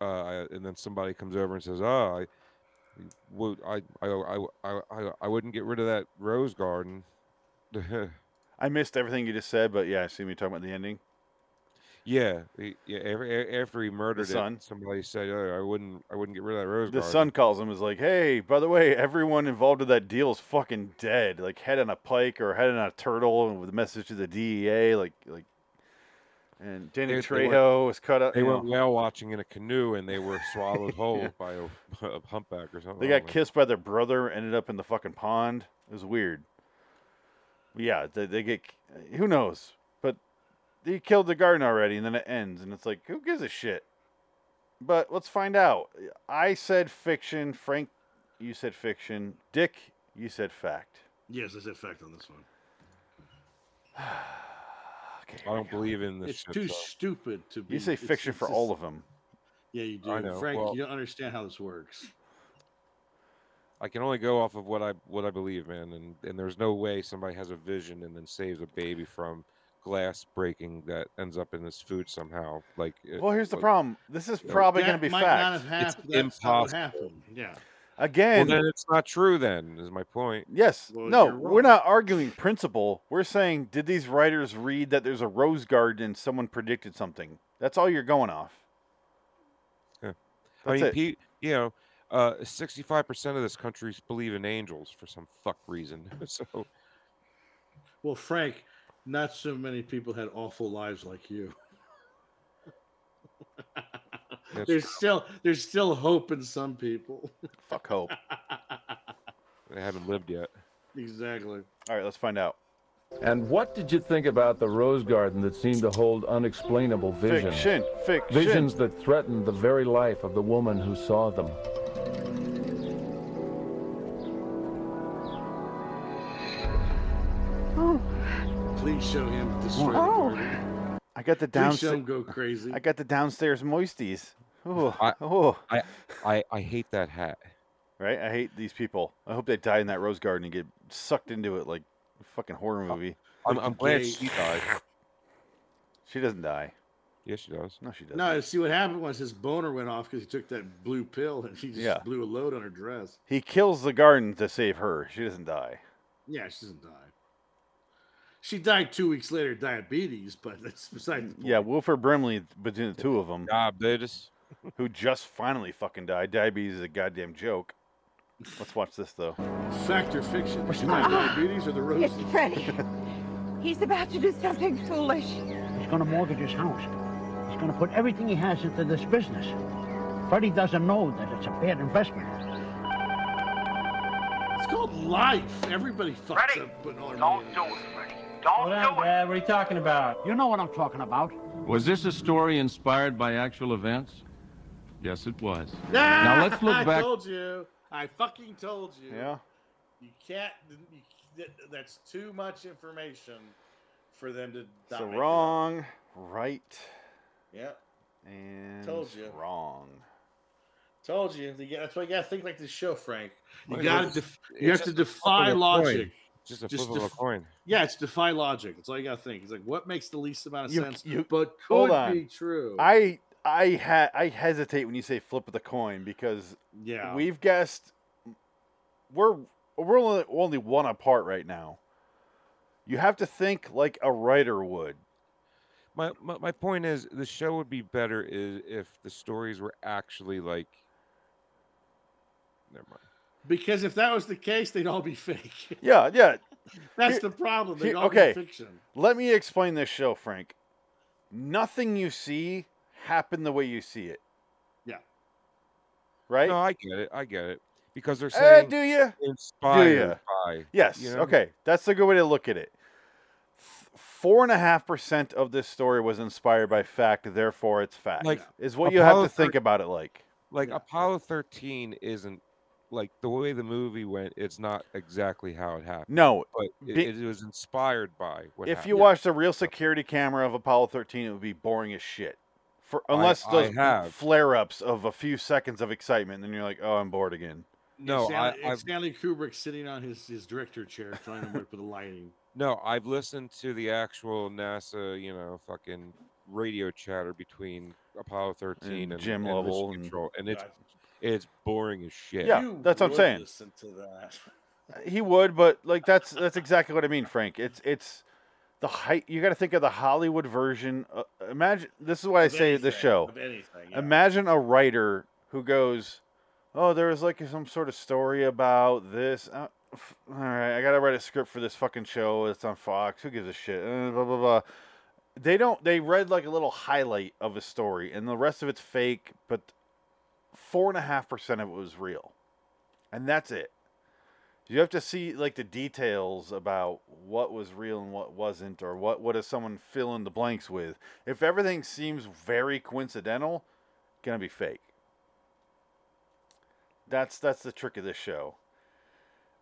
[SPEAKER 8] uh, and then somebody comes over and says, "Oh, I would I I I I, I, I wouldn't get rid of that rose garden." [laughs]
[SPEAKER 1] I missed everything you just said, but yeah, I see me talking about the ending.
[SPEAKER 8] yeah, he- yeah. After, after he murdered
[SPEAKER 1] son.
[SPEAKER 8] it, somebody said, "Oh, I wouldn't I wouldn't get rid of that rose
[SPEAKER 1] The
[SPEAKER 8] garden."
[SPEAKER 1] son calls him. Is like, hey, by the way, everyone involved in that deal is fucking dead. Like head on a pike or head on a turtle, and with a message to the DEA. Like, like, and Danny
[SPEAKER 8] They- they went-
[SPEAKER 1] Trejo was cut up.
[SPEAKER 8] They
[SPEAKER 1] you
[SPEAKER 8] went
[SPEAKER 1] know.
[SPEAKER 8] whale watching in a canoe, and they were
[SPEAKER 1] [laughs]
[SPEAKER 8] swallowed whole by a, a [laughs] humpback or something.
[SPEAKER 1] They
[SPEAKER 8] I
[SPEAKER 1] got
[SPEAKER 8] don't know.
[SPEAKER 1] kissed by their brother. Ended up in the fucking pond. It was weird. Yeah, they, they get. Who knows? But he killed the garden already, and then it ends, and it's like, who gives a shit? But let's find out. I said fiction. Frank, you said fiction. Dick, you said fact.
[SPEAKER 2] Yes, I said fact on this one.
[SPEAKER 1] Okay.
[SPEAKER 8] I don't believe in this.
[SPEAKER 2] Oh It's
[SPEAKER 8] shit,
[SPEAKER 2] too
[SPEAKER 8] so-
[SPEAKER 2] stupid to be.
[SPEAKER 1] You say
[SPEAKER 2] it's-
[SPEAKER 1] fiction
[SPEAKER 2] it's
[SPEAKER 1] for
[SPEAKER 2] just-
[SPEAKER 1] all of them.
[SPEAKER 2] Yeah, you do,
[SPEAKER 8] I know,
[SPEAKER 2] Frank.
[SPEAKER 8] well-
[SPEAKER 2] you don't understand how this works.
[SPEAKER 8] I can only go off of what I what I believe, man, and and there's no way somebody has a vision and then saves a baby from glass breaking that ends up in his food somehow. Like, it-
[SPEAKER 1] Well, here's the
[SPEAKER 8] like-
[SPEAKER 1] problem. This is probably going to be
[SPEAKER 2] That might Not
[SPEAKER 1] fact
[SPEAKER 2] have happened.
[SPEAKER 8] It's
[SPEAKER 2] That's not what
[SPEAKER 8] impossible.
[SPEAKER 2] happened. Yeah.
[SPEAKER 8] Well,
[SPEAKER 1] again.
[SPEAKER 8] then it's not true. Then is my point.
[SPEAKER 1] yes.
[SPEAKER 2] Well,
[SPEAKER 1] no,
[SPEAKER 2] you're
[SPEAKER 1] we're
[SPEAKER 2] wrong.
[SPEAKER 1] not arguing principle. We're saying did these writers read that there's a rose garden and someone predicted something? That's all you're going off.
[SPEAKER 8] Yeah. I
[SPEAKER 1] That's
[SPEAKER 8] mean,
[SPEAKER 1] it.
[SPEAKER 8] Pete, you know, uh, sixty-five percent of this country believe in angels for some fuck reason. [laughs] so
[SPEAKER 2] Well, Frank, not so many people had awful lives like you.
[SPEAKER 8] that's-
[SPEAKER 2] There's still there's still hope in some people. [laughs]
[SPEAKER 1] Fuck hope.
[SPEAKER 8] they haven't lived yet.
[SPEAKER 2] exactly.
[SPEAKER 1] All right, let's find out.
[SPEAKER 6] And what did you think about the rose garden that seemed to hold unexplainable vision?
[SPEAKER 1] Fiction. Fiction.
[SPEAKER 6] Visions that threatened the very life of the woman who saw them.
[SPEAKER 7] Oh,
[SPEAKER 2] Please show him destroy
[SPEAKER 7] Oh.
[SPEAKER 2] the garden.
[SPEAKER 1] I got the
[SPEAKER 2] Please show him
[SPEAKER 1] downstairs.
[SPEAKER 2] go crazy.
[SPEAKER 1] I got the downstairs moisties. Ooh,
[SPEAKER 8] I-
[SPEAKER 1] ooh.
[SPEAKER 8] I I hate that hat.
[SPEAKER 1] Right? I hate these people. I hope they die in that rose garden and get sucked into it like a fucking horror movie.
[SPEAKER 8] I'm, I'm glad
[SPEAKER 2] They-
[SPEAKER 8] she died.
[SPEAKER 1] She doesn't die.
[SPEAKER 8] Yes, she does.
[SPEAKER 1] No, she doesn't.
[SPEAKER 2] no, see what happened was his boner went off because he took that blue pill and she just
[SPEAKER 1] Yeah.
[SPEAKER 2] blew a load on her dress.
[SPEAKER 1] He kills the garden to save her. She doesn't die.
[SPEAKER 2] Yeah, she doesn't die. She died two weeks later, of diabetes, but that's besides the point.
[SPEAKER 1] Yeah, Wilford Brimley between the two of them,
[SPEAKER 8] God, bitch.
[SPEAKER 1] who just finally fucking died. Diabetes is a goddamn joke. Let's watch this though.
[SPEAKER 2] Fact or fiction? Did she die of diabetes or the roses?
[SPEAKER 10] It's Freddy. He's about to do something foolish.
[SPEAKER 9] He's gonna mortgage his house. He's gonna put everything he has into this business. Freddie doesn't know that it's a bad investment.
[SPEAKER 2] It's called life. Everybody fucks up putting all their money in it.
[SPEAKER 11] Freddie.
[SPEAKER 9] Don't do it. What are you talking about? You know what I'm talking about.
[SPEAKER 5] Was this a story inspired by actual events? Yes, it was. now let's
[SPEAKER 2] I
[SPEAKER 5] look back.
[SPEAKER 2] told you. I fucking told you. Yeah. You can't. You, that- that's too much information for them to. not
[SPEAKER 1] So
[SPEAKER 2] make it.
[SPEAKER 1] wrong, right,
[SPEAKER 2] Yeah.
[SPEAKER 1] and
[SPEAKER 2] Told you.
[SPEAKER 1] wrong.
[SPEAKER 2] Told you. You got- That's why you gotta think like this show, Frank. You
[SPEAKER 1] Well,
[SPEAKER 2] gotta.
[SPEAKER 1] it's-
[SPEAKER 2] Def-
[SPEAKER 1] it's
[SPEAKER 2] you have
[SPEAKER 1] just
[SPEAKER 2] to
[SPEAKER 1] a flip of
[SPEAKER 2] defy
[SPEAKER 1] a coin.
[SPEAKER 2] logic.
[SPEAKER 8] Just a flip of a coin.
[SPEAKER 2] Yeah, it's defy logic. That's all you gotta think. It's like what makes the least amount of
[SPEAKER 1] You-
[SPEAKER 2] sense,
[SPEAKER 1] you-
[SPEAKER 2] but
[SPEAKER 1] hold
[SPEAKER 2] could
[SPEAKER 1] on.
[SPEAKER 2] be true.
[SPEAKER 1] I I ha- I hesitate when you say flip of the coin because
[SPEAKER 2] Yeah.
[SPEAKER 1] we've guessed we're we're only, only one apart right now. You have to think like a writer would.
[SPEAKER 8] My, my my point is the show would be better is if the stories were actually like. Never mind.
[SPEAKER 2] Because if that was the case, they'd all be [laughs] fake.
[SPEAKER 1] Yeah, yeah.
[SPEAKER 2] That's
[SPEAKER 1] Here-
[SPEAKER 2] the problem. They'd
[SPEAKER 1] here-
[SPEAKER 2] all
[SPEAKER 1] okay.
[SPEAKER 2] be fiction.
[SPEAKER 1] Let me explain this show, Frank. Nothing you see happened the way you see it.
[SPEAKER 2] Yeah.
[SPEAKER 1] Right?
[SPEAKER 8] No, I get it. I get it because they're
[SPEAKER 1] Eh,
[SPEAKER 8] saying
[SPEAKER 1] do you?
[SPEAKER 8] inspired by.
[SPEAKER 1] Yes.
[SPEAKER 8] you know?
[SPEAKER 1] Okay. That's a good way to look at it. F- Four and a half percent of this story was inspired by fact, therefore it's fact.
[SPEAKER 8] Like,
[SPEAKER 1] is what you have
[SPEAKER 8] Apollo
[SPEAKER 1] to think
[SPEAKER 8] thir-
[SPEAKER 1] about it like.
[SPEAKER 8] Like Apollo thirteen isn't like the way the movie went. It's not exactly how it happened.
[SPEAKER 1] No,
[SPEAKER 8] but it,
[SPEAKER 1] be-
[SPEAKER 8] it was inspired by. What Oh.
[SPEAKER 1] if you
[SPEAKER 8] happened.
[SPEAKER 1] watched a real security camera of Apollo 13, it would be boring as shit. For
[SPEAKER 8] I-
[SPEAKER 1] unless
[SPEAKER 8] I
[SPEAKER 1] those
[SPEAKER 8] have.
[SPEAKER 1] flare-ups of a few seconds of excitement, then you're like, "Oh, I'm bored again."
[SPEAKER 8] no,
[SPEAKER 2] Stanley,
[SPEAKER 8] I,
[SPEAKER 2] it's
[SPEAKER 8] I've
[SPEAKER 2] Stanley Kubrick sitting on his, his director chair trying to work with the lighting.
[SPEAKER 8] No, I've listened to the actual NASA, you know, fucking radio chatter between Apollo 13 and,
[SPEAKER 1] And Jim
[SPEAKER 8] and Mission
[SPEAKER 1] Lovell and-
[SPEAKER 8] Control, and it's
[SPEAKER 2] Gotcha.
[SPEAKER 8] it's boring as shit.
[SPEAKER 1] Yeah,
[SPEAKER 2] You
[SPEAKER 1] [laughs] that's what I'm
[SPEAKER 2] would
[SPEAKER 1] saying.
[SPEAKER 2] Listen to
[SPEAKER 1] [laughs]
[SPEAKER 2] that.
[SPEAKER 1] He would, but like that's that's exactly what I mean, Frank. It's it's the height. You got to think of the Hollywood version. Uh, imagine this is what I
[SPEAKER 2] Of
[SPEAKER 1] say at the
[SPEAKER 2] anything,
[SPEAKER 1] show.
[SPEAKER 2] Of anything. yeah.
[SPEAKER 1] Imagine a writer who goes, "Oh, there was like some sort of story about this. Uh, f- all right, I gotta write a script for this fucking show. It's on Fox. Who gives a shit?" Uh, blah blah blah. They don't. They read like a little highlight of a story, and the rest of it's fake. But four and a half percent of it was real, and that's it. You have to see like the details about what was real and what wasn't, or what what does someone fill in the blanks with. If everything seems very coincidental, gonna be fake. That's that's the trick of this show.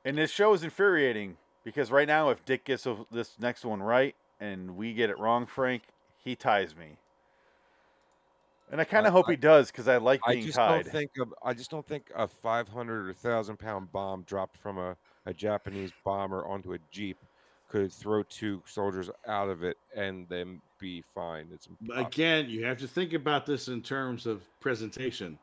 [SPEAKER 1] And this show is infuriating because right now, if Dick gets o- this next one right and we get it wrong, Frank, he ties me. And I kind
[SPEAKER 8] I-
[SPEAKER 1] of hope he does because I like
[SPEAKER 8] I
[SPEAKER 1] being
[SPEAKER 8] just
[SPEAKER 1] tied.
[SPEAKER 8] don't think of I just don't think a 500 or 1000 pound bomb dropped from a, a Japanese bomber onto a jeep could throw two soldiers out of it and then be fine. It's
[SPEAKER 2] But
[SPEAKER 8] impossible.
[SPEAKER 2] Again, you have to think about this in terms of presentation.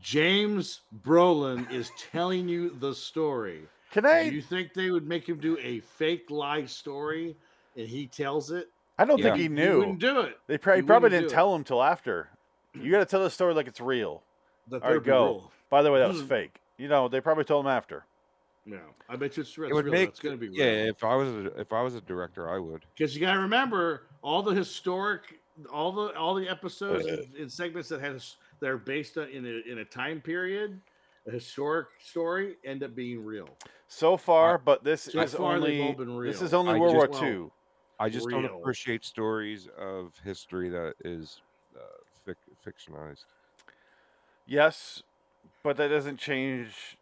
[SPEAKER 2] James Brolin is telling you the story.
[SPEAKER 1] Can
[SPEAKER 2] Do
[SPEAKER 1] I?
[SPEAKER 2] you think they would make him do a fake live story and he tells it?
[SPEAKER 1] I don't think
[SPEAKER 8] Yeah.
[SPEAKER 1] he
[SPEAKER 2] He
[SPEAKER 1] knew.
[SPEAKER 2] wouldn't do it.
[SPEAKER 1] they probably,
[SPEAKER 2] he
[SPEAKER 1] probably
[SPEAKER 2] wouldn't
[SPEAKER 1] didn't
[SPEAKER 2] do it.
[SPEAKER 1] tell him till after. You got to tell the story like it's real.
[SPEAKER 2] The
[SPEAKER 1] All right,
[SPEAKER 2] third
[SPEAKER 1] go.
[SPEAKER 2] rule.
[SPEAKER 1] By the way, that was
[SPEAKER 2] Mm.
[SPEAKER 1] fake. You know, they probably told him after.
[SPEAKER 2] No, I bet you it's, it's
[SPEAKER 8] it would
[SPEAKER 2] real.
[SPEAKER 8] make
[SPEAKER 2] it's going to be real.
[SPEAKER 8] yeah. If I was a, if I was a director, I would.
[SPEAKER 2] because you got to remember all the historic, all the all the episodes and, and segments that has that are based on, in a in a time period, a historic story, end up being real.
[SPEAKER 1] So far, but this
[SPEAKER 2] So
[SPEAKER 1] is
[SPEAKER 2] far, they've
[SPEAKER 1] only
[SPEAKER 2] all been
[SPEAKER 1] this
[SPEAKER 2] real.
[SPEAKER 1] is only
[SPEAKER 8] I
[SPEAKER 1] World
[SPEAKER 8] just-
[SPEAKER 1] War
[SPEAKER 2] well,
[SPEAKER 1] II.
[SPEAKER 8] I just don't
[SPEAKER 2] real.
[SPEAKER 8] appreciate stories of history that is uh, fic- fictionized.
[SPEAKER 1] Yes, but that doesn't change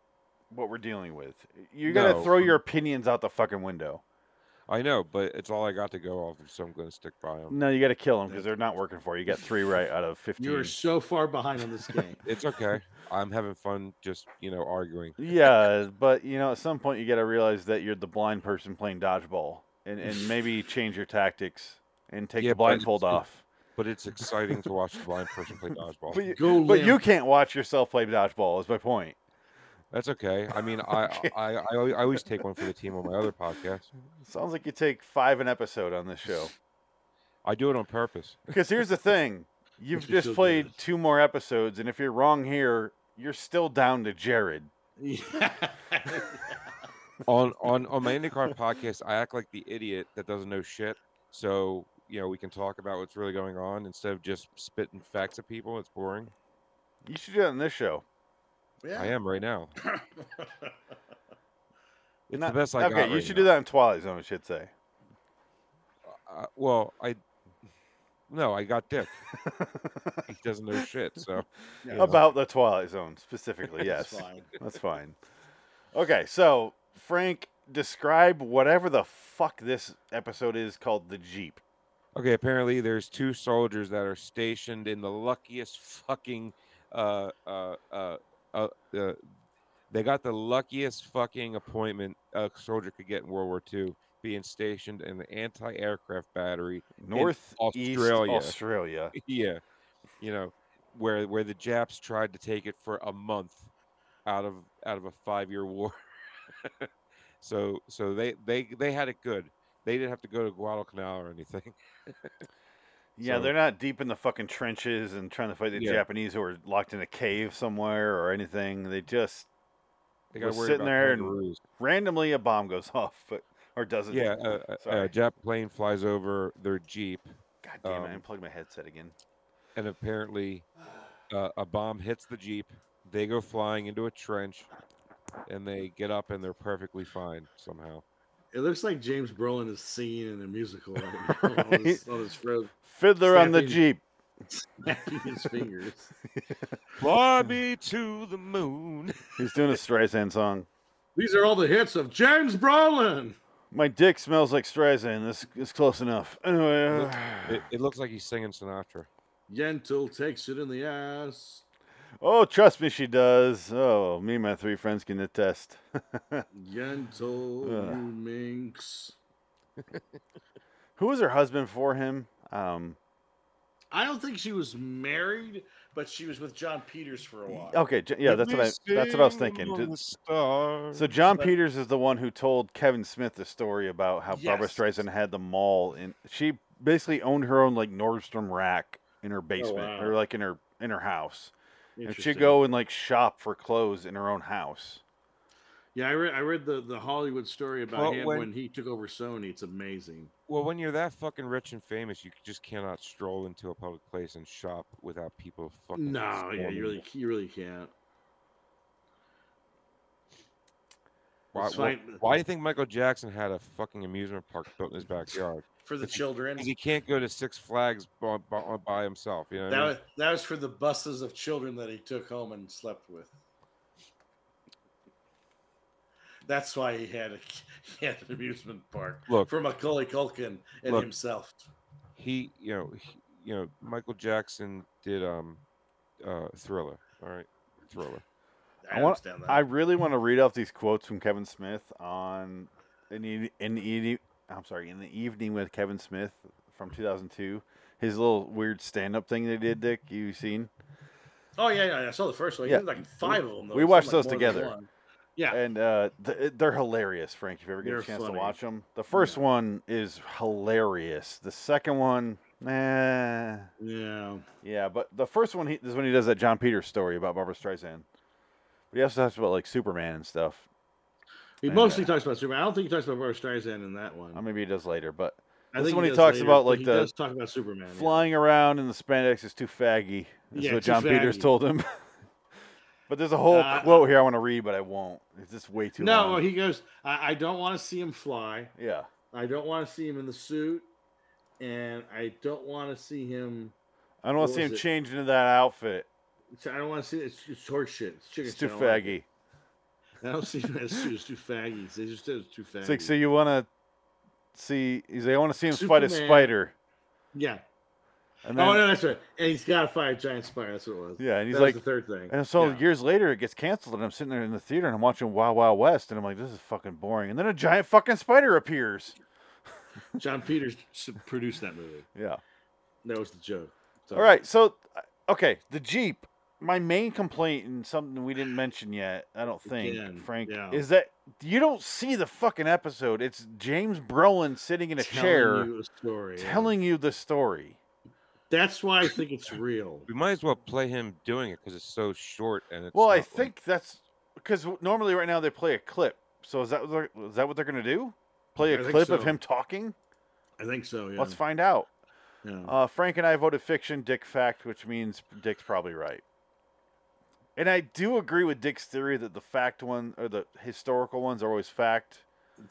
[SPEAKER 1] what we're dealing with. You gotta
[SPEAKER 8] No.
[SPEAKER 1] throw your opinions out the fucking window.
[SPEAKER 8] I know, but it's all I got to go off of, so I'm going to stick by them.
[SPEAKER 1] No, you gotta kill them because they're not working for you. You got three right out
[SPEAKER 2] [laughs]
[SPEAKER 1] of fifteen.
[SPEAKER 2] You are so far behind on this game.
[SPEAKER 8] It's okay. I'm having fun, just you know, arguing.
[SPEAKER 1] Yeah,
[SPEAKER 2] [laughs]
[SPEAKER 1] but you know, at some point you gotta realize that you're the blind person playing dodgeball, and and
[SPEAKER 2] [laughs]
[SPEAKER 1] maybe change your tactics and take
[SPEAKER 8] Yeah,
[SPEAKER 1] the
[SPEAKER 8] but it's-
[SPEAKER 1] blindfold off.
[SPEAKER 8] But it's exciting to watch the blind person play dodgeball.
[SPEAKER 1] But you,
[SPEAKER 2] Go
[SPEAKER 1] but you
[SPEAKER 2] limp.
[SPEAKER 1] can't watch yourself play dodgeball. Is my point.
[SPEAKER 8] That's okay. I mean, I, I, I al- I always take one for the team on my other podcast.
[SPEAKER 1] Sounds like you take five an episode on this show.
[SPEAKER 8] I do it on purpose.
[SPEAKER 1] Because here's the thing you've
[SPEAKER 2] Makes me
[SPEAKER 1] just
[SPEAKER 2] feel
[SPEAKER 1] played
[SPEAKER 2] good.
[SPEAKER 1] two more episodes, and if you're wrong here, you're still down to Jared.
[SPEAKER 2] [laughs]
[SPEAKER 8] On on on my IndyCar podcast, I act like the idiot that doesn't know shit. So you know, we can talk about what's really going on instead of just spitting facts at people. It's boring.
[SPEAKER 1] You should do it on this show.
[SPEAKER 8] I am right now. It's
[SPEAKER 1] Not-
[SPEAKER 8] the best I
[SPEAKER 1] okay,
[SPEAKER 8] got.
[SPEAKER 1] you should do that on Twilight Zone, I should say. [laughs]
[SPEAKER 8] Uh, well, I no, I got Dick. he doesn't know shit. So you know.
[SPEAKER 1] About the Twilight Zone specifically, yes.
[SPEAKER 8] That's
[SPEAKER 1] [laughs] That's fine.
[SPEAKER 8] fine.
[SPEAKER 1] Okay, so Frank, describe whatever the fuck this episode is called the Jeep.
[SPEAKER 8] Okay, apparently there's two soldiers that are stationed in the luckiest fucking uh uh uh, uh, uh they got the luckiest fucking appointment a soldier could get in World War II, being stationed in the anti-aircraft battery in
[SPEAKER 1] North
[SPEAKER 8] Australia.
[SPEAKER 1] Australia.
[SPEAKER 8] [laughs] yeah, you know where where the Japs tried to take it for a month out of out of a five year war. [laughs] so so they they they had it good. They didn't have to go to Guadalcanal or anything. [laughs]
[SPEAKER 1] Yeah,
[SPEAKER 8] So-
[SPEAKER 1] they're not deep in the fucking trenches and trying to fight the
[SPEAKER 8] Yeah.
[SPEAKER 1] Japanese who are locked in a cave somewhere or anything. They just
[SPEAKER 8] They
[SPEAKER 1] were
[SPEAKER 8] gotta worry
[SPEAKER 1] sitting
[SPEAKER 8] about
[SPEAKER 1] there and
[SPEAKER 8] kangaroos.
[SPEAKER 1] randomly a bomb goes [laughs] off, but or doesn't. [laughs]
[SPEAKER 8] yeah, a, a- a
[SPEAKER 1] Sorry.
[SPEAKER 8] Jap plane flies over their jeep.
[SPEAKER 1] God damn it! I
[SPEAKER 8] um,
[SPEAKER 1] unplugged my headset again.
[SPEAKER 8] and apparently uh, a bomb hits the jeep. They go flying into a trench, and they get up and they're perfectly fine somehow.
[SPEAKER 2] It looks like James Brolin is singing in a musical right now on his, on his fro- [laughs]
[SPEAKER 1] Fiddler on the
[SPEAKER 2] snapping-
[SPEAKER 1] Jeep.
[SPEAKER 2] snapping his fingers.
[SPEAKER 8] [laughs] Fly me to the moon.
[SPEAKER 1] He's doing a Streisand song.
[SPEAKER 2] These are all the hits of James Brolin.
[SPEAKER 1] My dick smells like Streisand. This is close enough. Anyway, uh,
[SPEAKER 8] It, it looks like he's singing Sinatra.
[SPEAKER 2] Yentl takes it in the ass.
[SPEAKER 1] oh, trust me, she does. Oh, me and my three friends can attest. [laughs]
[SPEAKER 2] Yentl, you minx.
[SPEAKER 1] Who was her husband for him? Um,
[SPEAKER 2] I don't think she was married, but she was with John Peters for a while.
[SPEAKER 1] okay, J- yeah,
[SPEAKER 8] Let
[SPEAKER 1] that's
[SPEAKER 8] me
[SPEAKER 1] what I that's what I was
[SPEAKER 8] sing
[SPEAKER 1] thinking.
[SPEAKER 8] among
[SPEAKER 1] Ju-
[SPEAKER 8] the stars.
[SPEAKER 1] So John
[SPEAKER 2] But-
[SPEAKER 1] Peters is the one who told Kevin Smith the story about how Barbara
[SPEAKER 2] Yes.
[SPEAKER 1] Streisand had the mall, and she basically owned her own like Nordstrom rack in her basement,
[SPEAKER 2] Oh, wow.
[SPEAKER 1] or like in her in her house, and she'd
[SPEAKER 2] Interesting.
[SPEAKER 1] go and like shop for clothes in her own house.
[SPEAKER 2] Yeah, I read I read the, the Hollywood story about
[SPEAKER 8] Well,
[SPEAKER 2] him
[SPEAKER 8] when-
[SPEAKER 2] when... he took over Sony. It's amazing.
[SPEAKER 8] Well, when you're that fucking rich and famous, you just cannot stroll into a public place and shop without people fucking.
[SPEAKER 2] No, yeah,
[SPEAKER 8] swarming
[SPEAKER 2] you really you really can't.
[SPEAKER 8] Why,
[SPEAKER 2] It's
[SPEAKER 8] why-
[SPEAKER 2] fine.
[SPEAKER 8] why do you think Michael Jackson had a fucking amusement park built in his backyard?
[SPEAKER 2] For the children.
[SPEAKER 8] 'Cause he can't go to Six Flags by, by, by himself. You know what I
[SPEAKER 2] That
[SPEAKER 8] mean?
[SPEAKER 2] was, that was for the buses of children that he took home and slept with. That's why he had a [laughs] he had an amusement park
[SPEAKER 8] Look.
[SPEAKER 2] for Macaulay Culkin and
[SPEAKER 8] Look.
[SPEAKER 2] himself.
[SPEAKER 8] he you know he, you know Michael Jackson did um uh Thriller. All right, Thriller.
[SPEAKER 2] I,
[SPEAKER 1] I want-
[SPEAKER 2] understand that.
[SPEAKER 1] I really want to read off these quotes from Kevin Smith on in the in the evening. e, I'm sorry, in the evening with Kevin Smith from 2002. His little weird stand-up thing they did, Dick. You seen?
[SPEAKER 2] oh yeah, yeah, I saw the first one.
[SPEAKER 1] Yeah.
[SPEAKER 2] Yeah, like five of them. though.
[SPEAKER 1] we
[SPEAKER 2] It's
[SPEAKER 1] watched
[SPEAKER 2] like
[SPEAKER 1] those
[SPEAKER 2] more than
[SPEAKER 1] together.
[SPEAKER 2] one. Yeah,
[SPEAKER 1] and uh, th- they're hilarious, Frank. If you ever get a
[SPEAKER 2] They're
[SPEAKER 1] chance to
[SPEAKER 2] funny.
[SPEAKER 1] watch them, the first one is hilarious. The second one, eh,
[SPEAKER 2] yeah.
[SPEAKER 1] yeah, but the first one he, this is when he does that John Peters story about Barbara Streisand. But he also talks about like Superman and stuff.
[SPEAKER 2] He
[SPEAKER 1] And,
[SPEAKER 2] mostly
[SPEAKER 1] uh,
[SPEAKER 2] talks about Superman. I don't think he talks about Barbra Streisand in that one.
[SPEAKER 1] Or Uh, maybe he does later, but
[SPEAKER 2] I
[SPEAKER 1] this
[SPEAKER 2] think
[SPEAKER 1] is when he
[SPEAKER 2] does
[SPEAKER 1] talks
[SPEAKER 2] later,
[SPEAKER 1] about,
[SPEAKER 2] but
[SPEAKER 1] like,
[SPEAKER 2] he
[SPEAKER 1] the
[SPEAKER 2] does talk about Superman. yeah.
[SPEAKER 1] flying around in the spandex is too faggy. That's
[SPEAKER 2] Yeah,
[SPEAKER 1] what
[SPEAKER 2] too
[SPEAKER 1] John Peters
[SPEAKER 2] faggy.
[SPEAKER 1] told him. [laughs] but there's a whole
[SPEAKER 2] Uh,
[SPEAKER 1] quote here I want to read, but I won't. It's just way too
[SPEAKER 2] No,
[SPEAKER 1] long.
[SPEAKER 2] he goes. I, I don't want to see him fly.
[SPEAKER 1] yeah.
[SPEAKER 2] I don't want to see him in the suit, and I don't want to see him.
[SPEAKER 1] I don't want to
[SPEAKER 2] What
[SPEAKER 1] see
[SPEAKER 2] was
[SPEAKER 1] him
[SPEAKER 2] it?
[SPEAKER 1] change into that outfit.
[SPEAKER 2] I don't want to see it's, it's horse shit. It's chicken
[SPEAKER 1] It's too
[SPEAKER 2] shit. I don't like
[SPEAKER 1] faggy.
[SPEAKER 2] it. [laughs] I don't see him as suit. It's too faggy. They just said it's too faggy.
[SPEAKER 1] It's like, so you want to see? He's like, I want to see him fight a
[SPEAKER 2] Superman.
[SPEAKER 1] spider,
[SPEAKER 2] yeah.
[SPEAKER 1] and then
[SPEAKER 2] oh no, that's right. And he's got to fight a giant spider. That's what it was.
[SPEAKER 1] Yeah, and he's
[SPEAKER 2] That was
[SPEAKER 1] like-
[SPEAKER 2] the third thing.
[SPEAKER 1] and so
[SPEAKER 2] yeah.
[SPEAKER 1] years later it gets canceled, and I'm sitting there in the theater and I'm watching Wild Wild West, and I'm like, this is fucking boring. And then a giant fucking spider appears.
[SPEAKER 2] John Peters s- produced that movie.
[SPEAKER 1] Yeah.
[SPEAKER 2] That was the joke. So-
[SPEAKER 1] All right. So, uh, okay, the Jeep. My main complaint and something we didn't mention yet, I don't think,
[SPEAKER 2] Again,
[SPEAKER 1] Frank,
[SPEAKER 2] yeah.
[SPEAKER 1] is that you don't see the fucking episode. It's James Brolin sitting in a
[SPEAKER 2] [laughs] Telling
[SPEAKER 1] chair
[SPEAKER 2] you a story. yeah.
[SPEAKER 1] telling you the story.
[SPEAKER 2] That's why I think it's real.
[SPEAKER 8] We might as well play him doing it because it's so short and it's.
[SPEAKER 1] Well, I
[SPEAKER 8] not like-
[SPEAKER 1] think that's because normally right now they play a clip. So is that what they're- is that what they're gonna do? Play a
[SPEAKER 2] I think
[SPEAKER 1] clip of
[SPEAKER 2] so.
[SPEAKER 1] him talking?
[SPEAKER 2] I think so. Yeah. Hmm.
[SPEAKER 1] Let's find out.
[SPEAKER 2] yeah.
[SPEAKER 1] Uh, Frank and I voted fiction, Dick fact, which means Dick's probably right. And I do agree with Dick's theory that the fact one or the historical ones are always fact.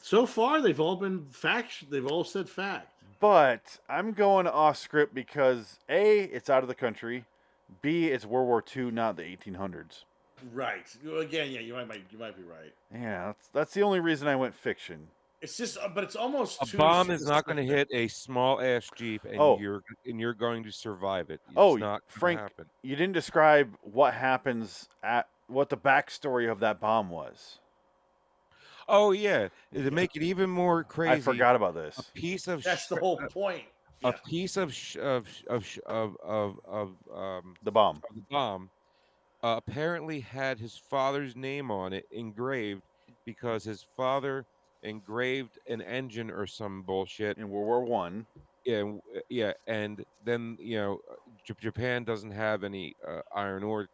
[SPEAKER 2] So far, they've all been fact. They've all said fact.
[SPEAKER 1] But I'm going off script because A, it's out of the country. B, it's World War II, not the 1800s.
[SPEAKER 2] Right. Well, Again, yeah, you might, might you might be right.
[SPEAKER 1] Yeah, that's, that's the only reason I went fiction.
[SPEAKER 2] It's just, uh, but it's almost
[SPEAKER 8] A
[SPEAKER 2] too
[SPEAKER 8] bomb is
[SPEAKER 2] soon.
[SPEAKER 8] not going to hit a small ass jeep, and
[SPEAKER 1] Oh.
[SPEAKER 8] you're and you're going to survive it. It's
[SPEAKER 1] Oh,
[SPEAKER 8] not gonna
[SPEAKER 1] Frank,
[SPEAKER 8] happen.
[SPEAKER 1] You didn't describe what happens at what the backstory of that bomb was.
[SPEAKER 8] Oh yeah, to make it even more crazy.
[SPEAKER 1] I forgot about
[SPEAKER 8] a
[SPEAKER 1] this.
[SPEAKER 8] piece of
[SPEAKER 2] That's the
[SPEAKER 8] shre-
[SPEAKER 2] whole point.
[SPEAKER 8] a piece of sh- of sh- of sh- of of of um
[SPEAKER 1] The bomb.
[SPEAKER 8] of the bomb uh, apparently had his father's name on it engraved because his father engraved an engine or some bullshit
[SPEAKER 1] in World War One.
[SPEAKER 8] and uh, yeah and then you know uh, J- Japan doesn't have any uh, iron ore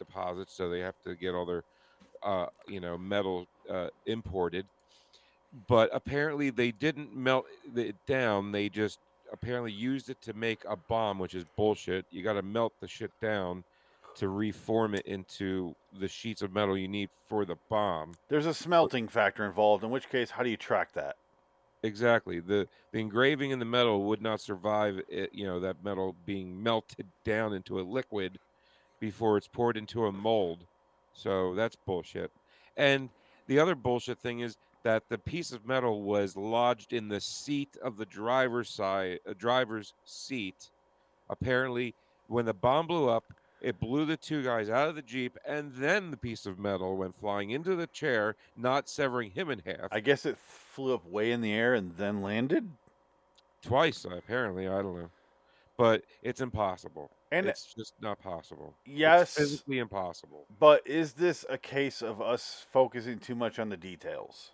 [SPEAKER 8] deposits so they have to get all their uh, you know metal uh, imported but apparently they didn't melt it down they just apparently used it to make a bomb which is bullshit you got to melt the shit down to reform it into the sheets of metal you need for the bomb
[SPEAKER 1] There's a smelting factor involved, in which case, how do you track that?
[SPEAKER 8] Exactly. The the engraving in the metal would not survive it, you know, that metal being melted down into a liquid before it's poured into a mold. So that's bullshit. And the other bullshit thing is that the piece of metal was lodged in the seat of the driver's side, uh, driver's seat. Apparently, when the bomb blew up, it blew the two guys out of the jeep, and then the piece of metal went flying into the chair, not severing him in half.
[SPEAKER 1] I guess it flew up way in the air and then landed.
[SPEAKER 8] twice uh, apparently i don't know but it's impossible
[SPEAKER 1] And-
[SPEAKER 8] and it's just not possible It's
[SPEAKER 1] Yes.
[SPEAKER 8] physically impossible
[SPEAKER 1] But is this a case of us focusing too much on the details?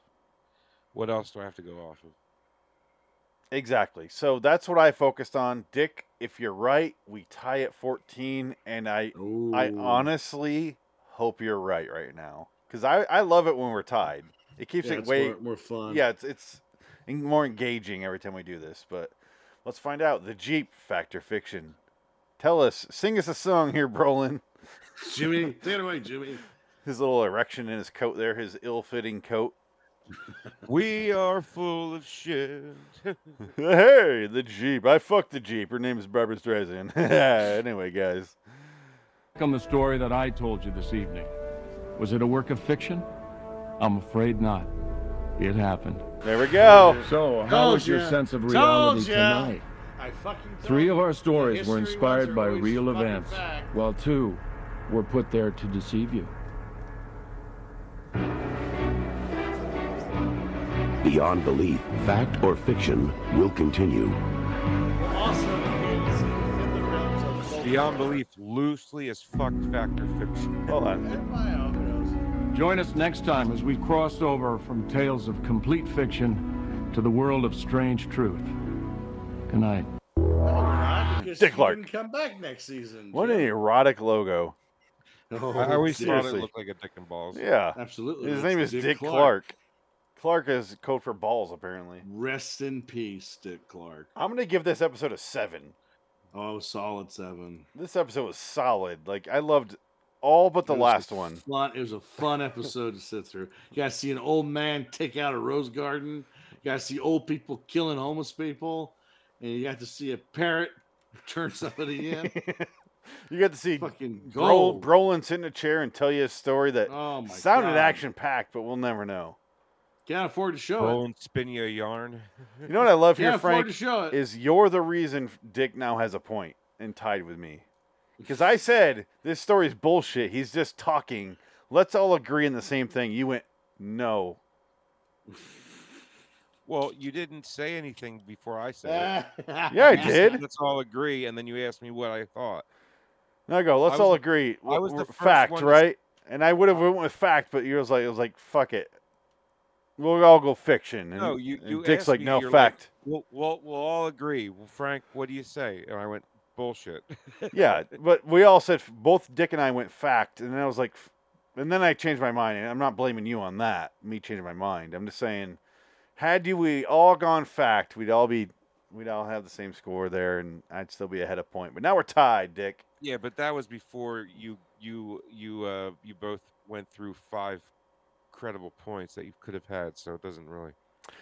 [SPEAKER 8] what else do i have to go off of
[SPEAKER 1] Exactly. So that's what I focused on. Dick, if you're right, we tie at 14, and I I
[SPEAKER 2] Ooh.
[SPEAKER 1] honestly hope you're right right now because I, I love it when we're tied. It keeps
[SPEAKER 2] Yeah,
[SPEAKER 1] it
[SPEAKER 2] it's
[SPEAKER 1] way
[SPEAKER 2] more, more fun.
[SPEAKER 1] yeah it's it's en- more engaging every time we do this. But let's find out the Jeep factor fiction. Tell us, sing us a song here, Brolin.
[SPEAKER 8] [laughs]
[SPEAKER 2] Jimmy, take it away, Jimmy.
[SPEAKER 1] His little erection in his coat there, his ill-fitting
[SPEAKER 2] [laughs]
[SPEAKER 1] coat.
[SPEAKER 8] we are full of shit
[SPEAKER 1] [laughs] hey, the Jeep. I fucked the Jeep. Her name is Barbara Streisand. [laughs] anyway, guys.
[SPEAKER 6] On the story that I told you this evening, was it a work of fiction? I'm afraid not. It happened.
[SPEAKER 1] There we go.
[SPEAKER 6] So, how
[SPEAKER 2] Told
[SPEAKER 6] was your
[SPEAKER 2] ya.
[SPEAKER 6] sense of
[SPEAKER 2] Told
[SPEAKER 6] reality
[SPEAKER 2] ya.
[SPEAKER 6] tonight?
[SPEAKER 2] I fucking told
[SPEAKER 6] Three of
[SPEAKER 2] you.
[SPEAKER 6] our stories were
[SPEAKER 2] History
[SPEAKER 6] inspired
[SPEAKER 2] ones are
[SPEAKER 6] by
[SPEAKER 2] always
[SPEAKER 6] real
[SPEAKER 2] fucking
[SPEAKER 6] events,
[SPEAKER 2] fact.
[SPEAKER 6] while two were put there to deceive you.
[SPEAKER 4] Beyond belief, fact or fiction will continue.
[SPEAKER 2] Also, it's within the realms of folklore
[SPEAKER 8] beyond belief loosely as fuck factor
[SPEAKER 1] [laughs]
[SPEAKER 8] fiction
[SPEAKER 1] Hold on.
[SPEAKER 2] and biomes.
[SPEAKER 6] Join us next time as we cross over from tales of complete fiction to the world of strange truth. Good night.
[SPEAKER 2] No, we're not, because
[SPEAKER 1] Ah, Dick
[SPEAKER 2] he
[SPEAKER 1] Clark.
[SPEAKER 2] didn't come back next season.
[SPEAKER 1] What an
[SPEAKER 2] Jim.
[SPEAKER 1] erotic logo.
[SPEAKER 8] i I always thought
[SPEAKER 1] seriously.
[SPEAKER 8] it looked like a dick and balls
[SPEAKER 1] Yeah.
[SPEAKER 2] Absolutely.
[SPEAKER 1] His
[SPEAKER 2] that's
[SPEAKER 1] name is Dick, Clark. Clark. is code for balls, apparently.
[SPEAKER 2] Rest in peace, Dick Clark.
[SPEAKER 1] I'm gonna give this episode a seven.
[SPEAKER 2] Oh, solid seven.
[SPEAKER 1] This episode was solid. Like I loved all but the
[SPEAKER 2] It was
[SPEAKER 1] last
[SPEAKER 2] a
[SPEAKER 1] one.
[SPEAKER 2] Fun, it was a fun episode to sit through. You got to see an old man take out a rose garden. You got to see old people killing homeless people, and you got to see a parrot turn
[SPEAKER 1] [laughs]
[SPEAKER 2] somebody in.
[SPEAKER 1] you got to see
[SPEAKER 2] Fucking
[SPEAKER 1] Bro-
[SPEAKER 2] gold.
[SPEAKER 1] Brolin sit in a chair and tell you a story that
[SPEAKER 2] Oh my
[SPEAKER 1] sounded
[SPEAKER 2] God.
[SPEAKER 1] action packed, but we'll never know.
[SPEAKER 2] Can't afford to show
[SPEAKER 8] roll
[SPEAKER 2] it.
[SPEAKER 8] and spin you a yarn
[SPEAKER 1] You know what I love
[SPEAKER 2] Can't
[SPEAKER 1] here,
[SPEAKER 2] afford
[SPEAKER 1] Frank?
[SPEAKER 2] to show [laughs] it.
[SPEAKER 1] is you're the reason Dick now has a point and tied with me. Because I said this story's bullshit. He's just talking. Let's all agree on the same thing. You went no.
[SPEAKER 8] well you didn't say anything before i said it
[SPEAKER 1] Yeah,
[SPEAKER 2] yeah,
[SPEAKER 1] I
[SPEAKER 8] [laughs] You said,
[SPEAKER 1] Ah, did.
[SPEAKER 8] let's all agree and then you asked me what i thought
[SPEAKER 1] Now I go. Let's
[SPEAKER 8] was
[SPEAKER 1] all
[SPEAKER 8] the-
[SPEAKER 1] agree.
[SPEAKER 8] I was
[SPEAKER 1] W- w-
[SPEAKER 8] the first
[SPEAKER 1] fact,
[SPEAKER 8] one to s-
[SPEAKER 1] right? And I would have went with fact, but you was like, it was like, fuck it. We'll all go fiction. And,
[SPEAKER 8] No, you-
[SPEAKER 1] and
[SPEAKER 8] you
[SPEAKER 1] Dick's
[SPEAKER 8] asked
[SPEAKER 1] like,
[SPEAKER 8] me,
[SPEAKER 1] no
[SPEAKER 8] you're like-
[SPEAKER 1] fact.
[SPEAKER 8] Well, well, we'll all agree. Well, Frank, what do you say? And I went, bullshit. [laughs]
[SPEAKER 1] yeah, but we all said both Dick and I went fact, and then I was like, f- and then I changed my mind, and I'm not blaming you on that. Me changing my mind. I'm just saying, had you we all gone fact, we'd all be, we'd all have the same score there, and I'd still be ahead of point. But now we're tied, Dick.
[SPEAKER 8] yeah, but that was before you, you, you, uh, you both went through five credible points that you could have had. So it doesn't really,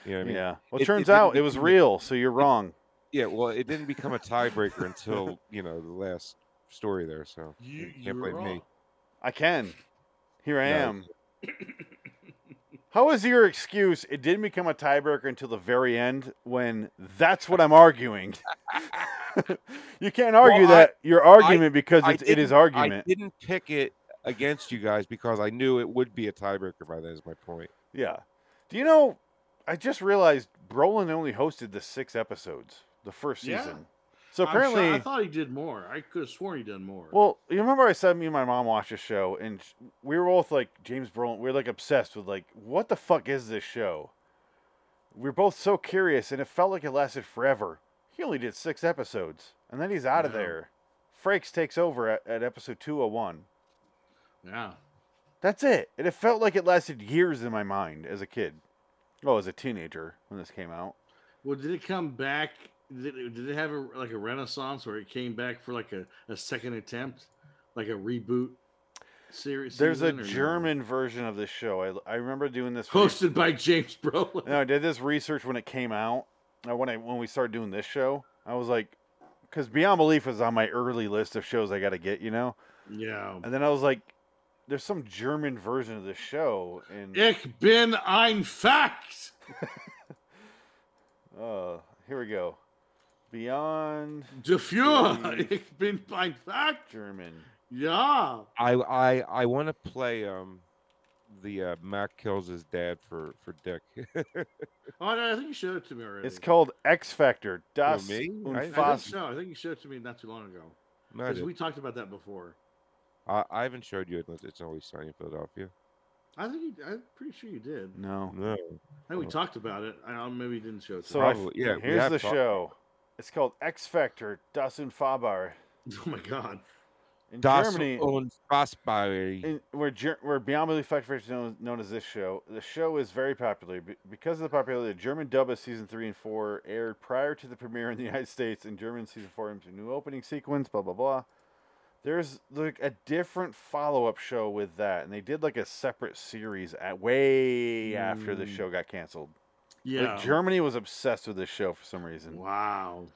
[SPEAKER 8] you know what I mean?
[SPEAKER 1] yeah. Well,
[SPEAKER 8] it- it
[SPEAKER 1] turns
[SPEAKER 8] didn't
[SPEAKER 1] out it
[SPEAKER 8] make
[SPEAKER 1] was
[SPEAKER 8] me-
[SPEAKER 1] real, so you're wrong.
[SPEAKER 8] yeah, well, it didn't become [laughs] a tiebreaker until you know the last story there. So
[SPEAKER 2] You-
[SPEAKER 8] can't
[SPEAKER 2] you were
[SPEAKER 8] blame me.
[SPEAKER 2] wrong.
[SPEAKER 1] I can. Here I
[SPEAKER 8] No.
[SPEAKER 1] am. How is your excuse? It didn't become a tiebreaker until the very end when that's what I'm arguing. [laughs] you can't
[SPEAKER 8] Well,
[SPEAKER 1] argue
[SPEAKER 8] I-
[SPEAKER 1] that your argument because
[SPEAKER 8] I
[SPEAKER 1] it's, it is
[SPEAKER 8] didn't-
[SPEAKER 1] argument.
[SPEAKER 8] I didn't pick it against you guys because I knew it would be a tiebreaker by then. Is my point.
[SPEAKER 1] Yeah. Do you know? I just realized Brolin only hosted the six episodes the first
[SPEAKER 2] Yeah.
[SPEAKER 1] season. So
[SPEAKER 2] I'm sure-
[SPEAKER 1] apparently,
[SPEAKER 2] I thought he did more. I could have sworn he done more.
[SPEAKER 1] well, you remember I said me and my mom watched a show, and sh- we were both like James Brolin. We were like obsessed with like what the fuck is this show? We were both so curious, and it felt like it lasted forever. He only did six episodes, and then he's out of
[SPEAKER 2] Wow.
[SPEAKER 1] there. Frakes takes over at, at episode two hundred one.
[SPEAKER 2] yeah.
[SPEAKER 1] That's it. And it felt like it lasted years in my mind as a kid. Oh, as a teenager when this came out.
[SPEAKER 2] Well, did it come back? Did it, did it have a, like a renaissance, or it came back for like a, a second attempt, like a reboot series?
[SPEAKER 1] There's a
[SPEAKER 2] season, or no?
[SPEAKER 1] German version of this show. I, I remember doing this. re-
[SPEAKER 2] hosted by James
[SPEAKER 1] [laughs]
[SPEAKER 2] Brolin.
[SPEAKER 1] No, I did this research when it came out. uh, When I when we started doing this show, I was like, because Beyond Belief was on my early list of shows I got to get, you know.
[SPEAKER 2] Yeah,
[SPEAKER 1] And then I was like, there's some German version of this show, and
[SPEAKER 2] Ich bin ein Fact.
[SPEAKER 1] uh, here we go, Beyond
[SPEAKER 2] Dafür.
[SPEAKER 1] Belief.
[SPEAKER 2] Ich bin ein Fact.
[SPEAKER 1] German.
[SPEAKER 2] Yeah.
[SPEAKER 8] I I I want to play um the uh, Mac kills his dad for for Dick. [laughs]
[SPEAKER 2] Oh, no, I think you showed it to me already.
[SPEAKER 1] It's called X Factor. Das
[SPEAKER 8] me? I- I
[SPEAKER 1] und
[SPEAKER 8] didn't
[SPEAKER 2] I
[SPEAKER 1] Fast.
[SPEAKER 2] think, no, I think you showed it to me not too long ago.
[SPEAKER 8] No, I,
[SPEAKER 2] Because
[SPEAKER 8] didn't.
[SPEAKER 2] we talked about that before.
[SPEAKER 8] I, I haven't showed you it. but It's always sunny in Philadelphia.
[SPEAKER 2] I think you, I'm pretty sure you did.
[SPEAKER 1] No.
[SPEAKER 8] No,
[SPEAKER 2] I think we
[SPEAKER 8] Oh.
[SPEAKER 2] talked about it. I don't, maybe you didn't show it to
[SPEAKER 1] So
[SPEAKER 2] me.
[SPEAKER 1] I f-
[SPEAKER 8] Probably, yeah, we
[SPEAKER 1] here's
[SPEAKER 8] have
[SPEAKER 1] the
[SPEAKER 8] talked-
[SPEAKER 1] show. It's called X Factor. Das Unfahrbar.
[SPEAKER 2] [laughs] Oh my god.
[SPEAKER 1] In
[SPEAKER 8] Das
[SPEAKER 1] Germany,
[SPEAKER 8] und Fassbari.
[SPEAKER 1] in, where Ger- where Beyond Belief Factor is known, known as this show, the show is very popular Be- because of the popularity. The German dub of season three and four aired prior to the premiere in the United States, and German season four into new opening sequence. Blah blah blah. There's like a different follow up show with that, and they did like a separate series at way after the
[SPEAKER 2] Mm.
[SPEAKER 1] show got canceled.
[SPEAKER 2] Yeah.
[SPEAKER 1] Like Germany was obsessed with this show for some reason.
[SPEAKER 2] wow.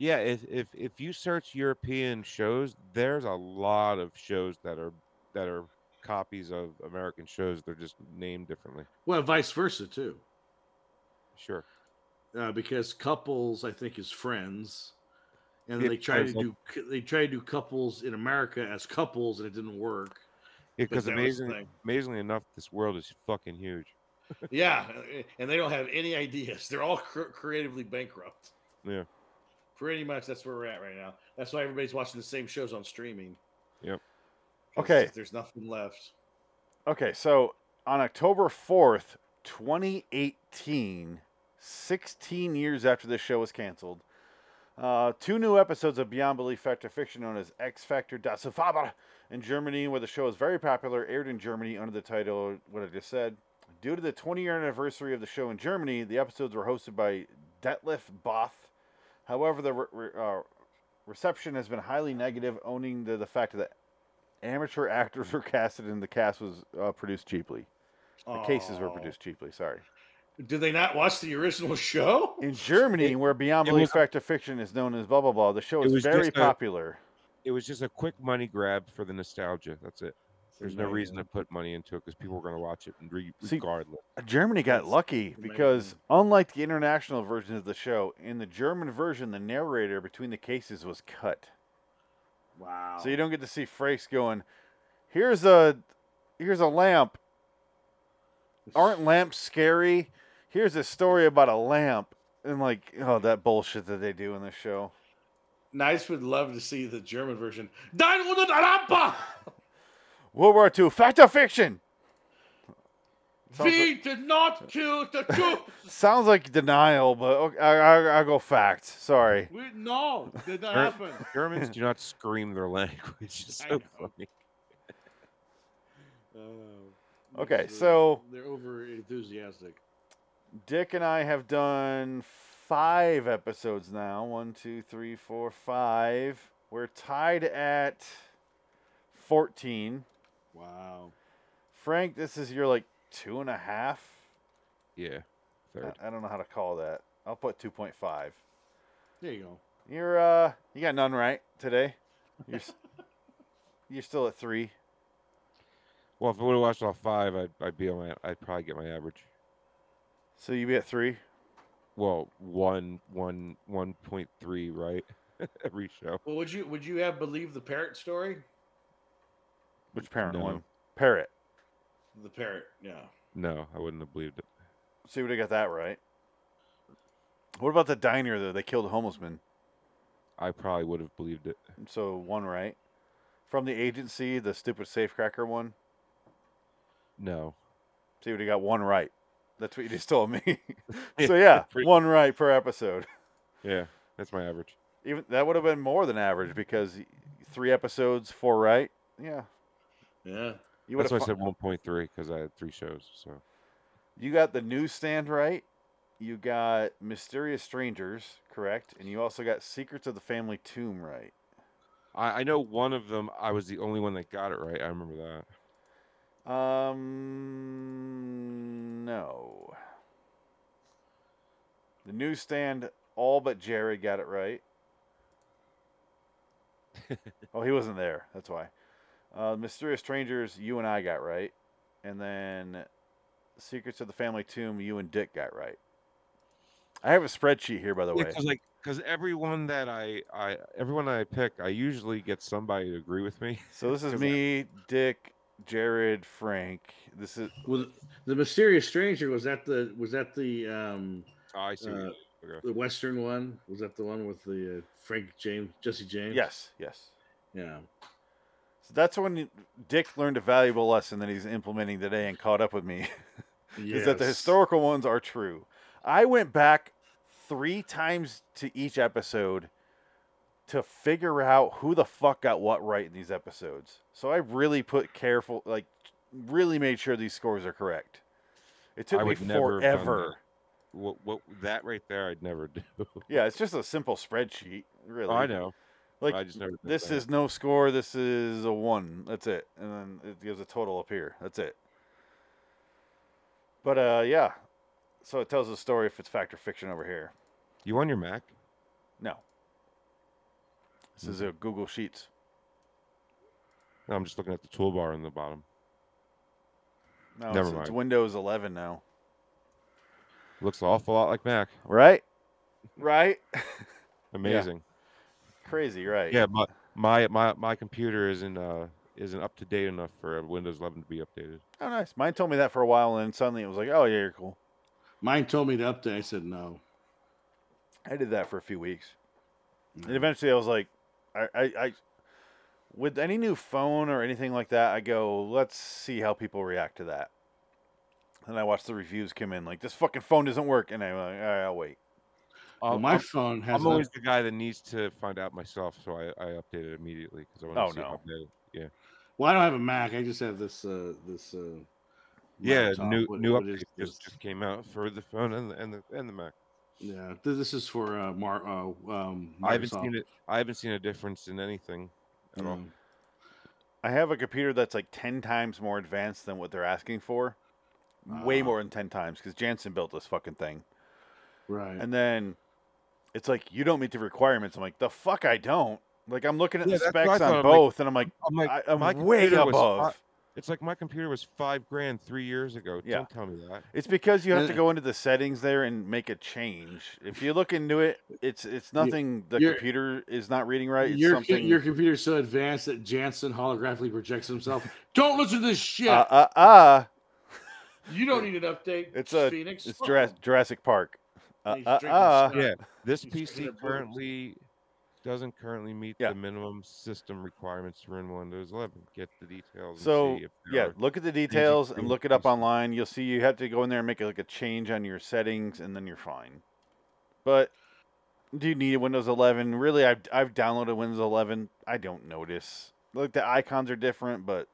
[SPEAKER 8] Yeah, if, if if you search European shows, there's a lot of shows that are that are copies of American shows. They're just named differently.
[SPEAKER 2] Well, vice versa too.
[SPEAKER 8] Sure.
[SPEAKER 2] Uh, because couples, I think, is friends. And then
[SPEAKER 8] It
[SPEAKER 2] they tried to
[SPEAKER 8] sounds like-
[SPEAKER 2] do they tried to do couples in America as couples and it didn't work. but
[SPEAKER 8] Because
[SPEAKER 2] that was the
[SPEAKER 8] amazing,
[SPEAKER 2] thing.
[SPEAKER 8] amazingly enough, this world is fucking huge.
[SPEAKER 2] Yeah, uh, and they don't have any ideas. They're all cr- creatively bankrupt.
[SPEAKER 8] Yeah.
[SPEAKER 2] Pretty much that's where we're at right now. That's why everybody's watching the same shows on streaming. 'Cause
[SPEAKER 1] Okay,
[SPEAKER 2] There's nothing left.
[SPEAKER 1] Okay, so on October 4th, 2018, 16 years after this show was canceled, uh, two new episodes of Beyond Belief Factor Fiction, known as X Factor Das Faber in Germany, where the show is very popular, aired in Germany under the title, what I just said. Due to the 20 year anniversary of the show in Germany, the episodes were hosted by Detlef Both. However, the re- re- uh, reception has been highly negative, owning to the fact that amateur actors were casted and the cast was uh, produced cheaply. The cases were
[SPEAKER 2] Aw.
[SPEAKER 1] produced cheaply, sorry.
[SPEAKER 2] Did they not watch the original show?
[SPEAKER 1] In Germany, where Beyond
[SPEAKER 8] Oh, it
[SPEAKER 1] Belief
[SPEAKER 8] was-
[SPEAKER 1] Factor Fiction is known as blah, blah, blah, the show
[SPEAKER 8] It
[SPEAKER 1] is
[SPEAKER 8] was
[SPEAKER 1] very
[SPEAKER 8] just a-
[SPEAKER 1] popular.
[SPEAKER 8] It was just a quick money grab for the nostalgia. That's it. There's no reason to put money into it because people are going to watch it and re-
[SPEAKER 1] See,
[SPEAKER 8] regardless.
[SPEAKER 1] Germany got
[SPEAKER 2] That's
[SPEAKER 1] lucky
[SPEAKER 2] amazing.
[SPEAKER 1] because, unlike the international version of the show, in the German version, the narrator between the cases was cut.
[SPEAKER 2] Wow.
[SPEAKER 1] So you don't get to see Frakes going, here's a, here's a lamp. Aren't lamps scary? Here's a story about a lamp. And like, oh, that bullshit that they do in this show.
[SPEAKER 2] Nice would love to see the German version. Dein oder der Rampe!
[SPEAKER 1] World War II, fact or fiction? Sounds
[SPEAKER 2] We did not kill the Jews.
[SPEAKER 1] Sounds like denial, but okay, I, I, I'll go fact. Sorry.
[SPEAKER 2] we no, did not
[SPEAKER 8] Ger-
[SPEAKER 2] happen.
[SPEAKER 8] Germans do not scream their [laughs] language. It's
[SPEAKER 2] I
[SPEAKER 8] so
[SPEAKER 2] know.
[SPEAKER 8] funny.
[SPEAKER 2] Oh,
[SPEAKER 1] [laughs] Okay,
[SPEAKER 2] they're-
[SPEAKER 1] so-
[SPEAKER 2] they're over enthusiastic.
[SPEAKER 1] Dick and I have done five episodes now. One, two, three, four, five. We're tied at 14.
[SPEAKER 2] Wow.
[SPEAKER 1] Frank, this is your like two and a half.
[SPEAKER 8] Yeah.
[SPEAKER 1] I-
[SPEAKER 8] Third.
[SPEAKER 1] Uh, I don't know how to call that. I'll put 2.5.
[SPEAKER 2] There you go.
[SPEAKER 1] You're uh, you got none right today. You're s- [laughs] you're still at three.
[SPEAKER 8] Well, if I would have watched all five, I'd, I'd be on my. I'd probably get my average.
[SPEAKER 1] So you'd be at three.
[SPEAKER 8] Well, one, one, one point three, right? [laughs] Every show.
[SPEAKER 2] Well, would you would you have believed the parrot story?
[SPEAKER 1] Which parent
[SPEAKER 8] No.
[SPEAKER 1] one? Parrot.
[SPEAKER 2] The parrot, yeah.
[SPEAKER 8] No, I wouldn't have believed it.
[SPEAKER 1] So you would have got that right. What about the diner though? They killed a homeless man.
[SPEAKER 8] I probably would have believed it.
[SPEAKER 1] So one right. From the agency, the stupid safecracker one.
[SPEAKER 8] No.
[SPEAKER 1] So you would have got one right. That's what you just told me. [laughs] so
[SPEAKER 8] Yeah, [laughs]
[SPEAKER 1] yeah,
[SPEAKER 8] pretty-
[SPEAKER 1] one right per episode.
[SPEAKER 8] Yeah, that's my average.
[SPEAKER 1] Even that would have been more than average because y- three episodes, four right. Yeah,
[SPEAKER 2] Yeah.
[SPEAKER 1] you would
[SPEAKER 8] that's why
[SPEAKER 1] have. fi-
[SPEAKER 8] I said one point three because I had three shows. So
[SPEAKER 1] you got the newsstand right. You got mysterious strangers correct, and you also got secrets of the family tomb right.
[SPEAKER 8] I, I know one of them. I was the only one that got it right. I remember that.
[SPEAKER 1] Um, no. The newsstand, all but Jerry got it right. oh, he wasn't there. That's why. Uh, Mysterious Strangers, you and I got right. And then Secrets of the Family Tomb, you and Dick got right. I have a spreadsheet here, by the way.
[SPEAKER 8] because like because everyone that I I everyone I pick, I usually get somebody to agree with me.
[SPEAKER 1] So this is
[SPEAKER 8] 'Cause
[SPEAKER 1] me, Dick, Jared, Frank. This is
[SPEAKER 2] Well, the mysterious stranger was that the was that the um
[SPEAKER 8] [laughs] I, I see. what you
[SPEAKER 2] Uh,
[SPEAKER 8] did. Okay.
[SPEAKER 2] the western one was that the one with the uh, Frank James Jesse James
[SPEAKER 1] yes, yes.
[SPEAKER 2] yeah
[SPEAKER 1] So that's when Dick learned a valuable lesson that he's implementing today and caught up with me. [laughs] Is that the
[SPEAKER 2] Yes.
[SPEAKER 1] historical ones are true? I went back three times to each episode to figure out who the fuck got what right in these episodes. So I really put careful, like, really made sure these scores are correct. It took
[SPEAKER 8] I
[SPEAKER 1] me
[SPEAKER 8] would never have done
[SPEAKER 1] forever.
[SPEAKER 8] What what that right there? I'd never do.
[SPEAKER 1] Yeah, it's just a simple spreadsheet, really.
[SPEAKER 8] Oh, I know.
[SPEAKER 1] Like,
[SPEAKER 8] I just never did
[SPEAKER 1] this
[SPEAKER 8] that.
[SPEAKER 1] is no score. This is a one. That's it. And then it gives a total up here. That's it. But uh, yeah, so it tells the story if it's fact or fiction over here.
[SPEAKER 8] You on your Mac?
[SPEAKER 1] No. This
[SPEAKER 8] Mm-hmm.
[SPEAKER 1] is a Google Sheets.
[SPEAKER 8] No, I'm just looking at the toolbar in the bottom.
[SPEAKER 1] No,
[SPEAKER 8] Never
[SPEAKER 1] it's, it's
[SPEAKER 8] mind.
[SPEAKER 1] Windows 11 now.
[SPEAKER 8] Looks an awful lot like Mac.
[SPEAKER 1] Right? Right? [laughs]
[SPEAKER 8] Amazing.
[SPEAKER 1] Crazy, right?
[SPEAKER 8] Yeah, but my my my computer isn't uh isn't up to date enough for Windows 11 to be updated.
[SPEAKER 1] Oh, nice. Mine told me that for a while, and then suddenly it was like, oh, yeah, you're cool.
[SPEAKER 2] mine told me to update I said no
[SPEAKER 1] I did that for a few weeks.
[SPEAKER 8] Mm-hmm.
[SPEAKER 1] And eventually I was like, I, I, I, with any new phone or anything like that, I go, let's see how people react to that. And I watched the reviews come in like, this fucking phone doesn't work. And I'm like, all right, I'll wait. Oh,
[SPEAKER 2] Well,
[SPEAKER 8] Um,
[SPEAKER 2] my
[SPEAKER 8] I'm,
[SPEAKER 2] phone has
[SPEAKER 8] I'm
[SPEAKER 2] an
[SPEAKER 8] always the guy that needs to find out myself, so I, I update it immediately because I want to
[SPEAKER 1] Oh,
[SPEAKER 8] see
[SPEAKER 1] no.
[SPEAKER 8] how bad it- Yeah.
[SPEAKER 2] Well, I don't have a Mac. I just have this. Uh, this. Uh,
[SPEAKER 8] Yeah,
[SPEAKER 2] laptop.
[SPEAKER 8] new
[SPEAKER 2] What-
[SPEAKER 8] new
[SPEAKER 2] what
[SPEAKER 8] update
[SPEAKER 2] is this?
[SPEAKER 8] just, just came out for the phone and the and the, and the Mac.
[SPEAKER 2] Yeah, th- this is for uh, Mar. Uh, um,
[SPEAKER 8] I haven't seen
[SPEAKER 2] Microsoft.
[SPEAKER 8] it. I haven't seen a difference in anything at all.
[SPEAKER 2] Um,
[SPEAKER 1] I have a computer that's like 10 times more advanced than what they're asking for. Way
[SPEAKER 2] Ah.
[SPEAKER 1] more than 10 times because Jansen built this fucking thing.
[SPEAKER 2] right.
[SPEAKER 1] And then it's like, you don't meet the requirements. I'm like, the fuck I don't. Like, I'm looking at
[SPEAKER 8] Yeah,
[SPEAKER 1] the
[SPEAKER 8] that's what
[SPEAKER 1] specs
[SPEAKER 8] I
[SPEAKER 1] on
[SPEAKER 8] thought. I'm like-
[SPEAKER 1] both, and I'm like,
[SPEAKER 8] I'm like,
[SPEAKER 1] I, am
[SPEAKER 8] Oh, my
[SPEAKER 1] way
[SPEAKER 8] computer was
[SPEAKER 1] above.
[SPEAKER 8] fi- it's like my computer was five grand three years ago.
[SPEAKER 1] Yeah.
[SPEAKER 8] Don't tell me that.
[SPEAKER 1] It's because you have to
[SPEAKER 2] Uh,
[SPEAKER 1] go into the settings there and make a change. If you look into it, it's it's nothing the
[SPEAKER 2] you're-
[SPEAKER 1] computer is not reading right. It's
[SPEAKER 2] your, co-
[SPEAKER 1] something. uh,
[SPEAKER 2] your computer's so advanced that Jansen holographically projects himself. don't listen to this shit.
[SPEAKER 1] uh, uh, uh,
[SPEAKER 2] you don't need an update.
[SPEAKER 1] it's a
[SPEAKER 2] Phoenix.
[SPEAKER 1] it's
[SPEAKER 2] Fuck
[SPEAKER 1] Jurass-
[SPEAKER 2] 'em.
[SPEAKER 1] Jurassic Park. Uh,
[SPEAKER 2] He's
[SPEAKER 1] uh,
[SPEAKER 2] drinking
[SPEAKER 1] uh.
[SPEAKER 2] stuff.
[SPEAKER 8] Yeah, this
[SPEAKER 2] He's drinking a
[SPEAKER 8] PC
[SPEAKER 2] booze.
[SPEAKER 8] currently doesn't currently meet
[SPEAKER 1] Yeah.
[SPEAKER 8] the minimum system requirements to run Windows 11. Get the details. and
[SPEAKER 1] So
[SPEAKER 8] see if there
[SPEAKER 1] yeah,
[SPEAKER 8] are-
[SPEAKER 1] look at the details
[SPEAKER 8] do
[SPEAKER 1] and look it up
[SPEAKER 8] things.
[SPEAKER 1] online. You'll see you have to go in there and make like a change on your settings, and then you're fine. But do you need Windows 11? Really, I've I've downloaded Windows 11. I don't notice. Like the icons are different, but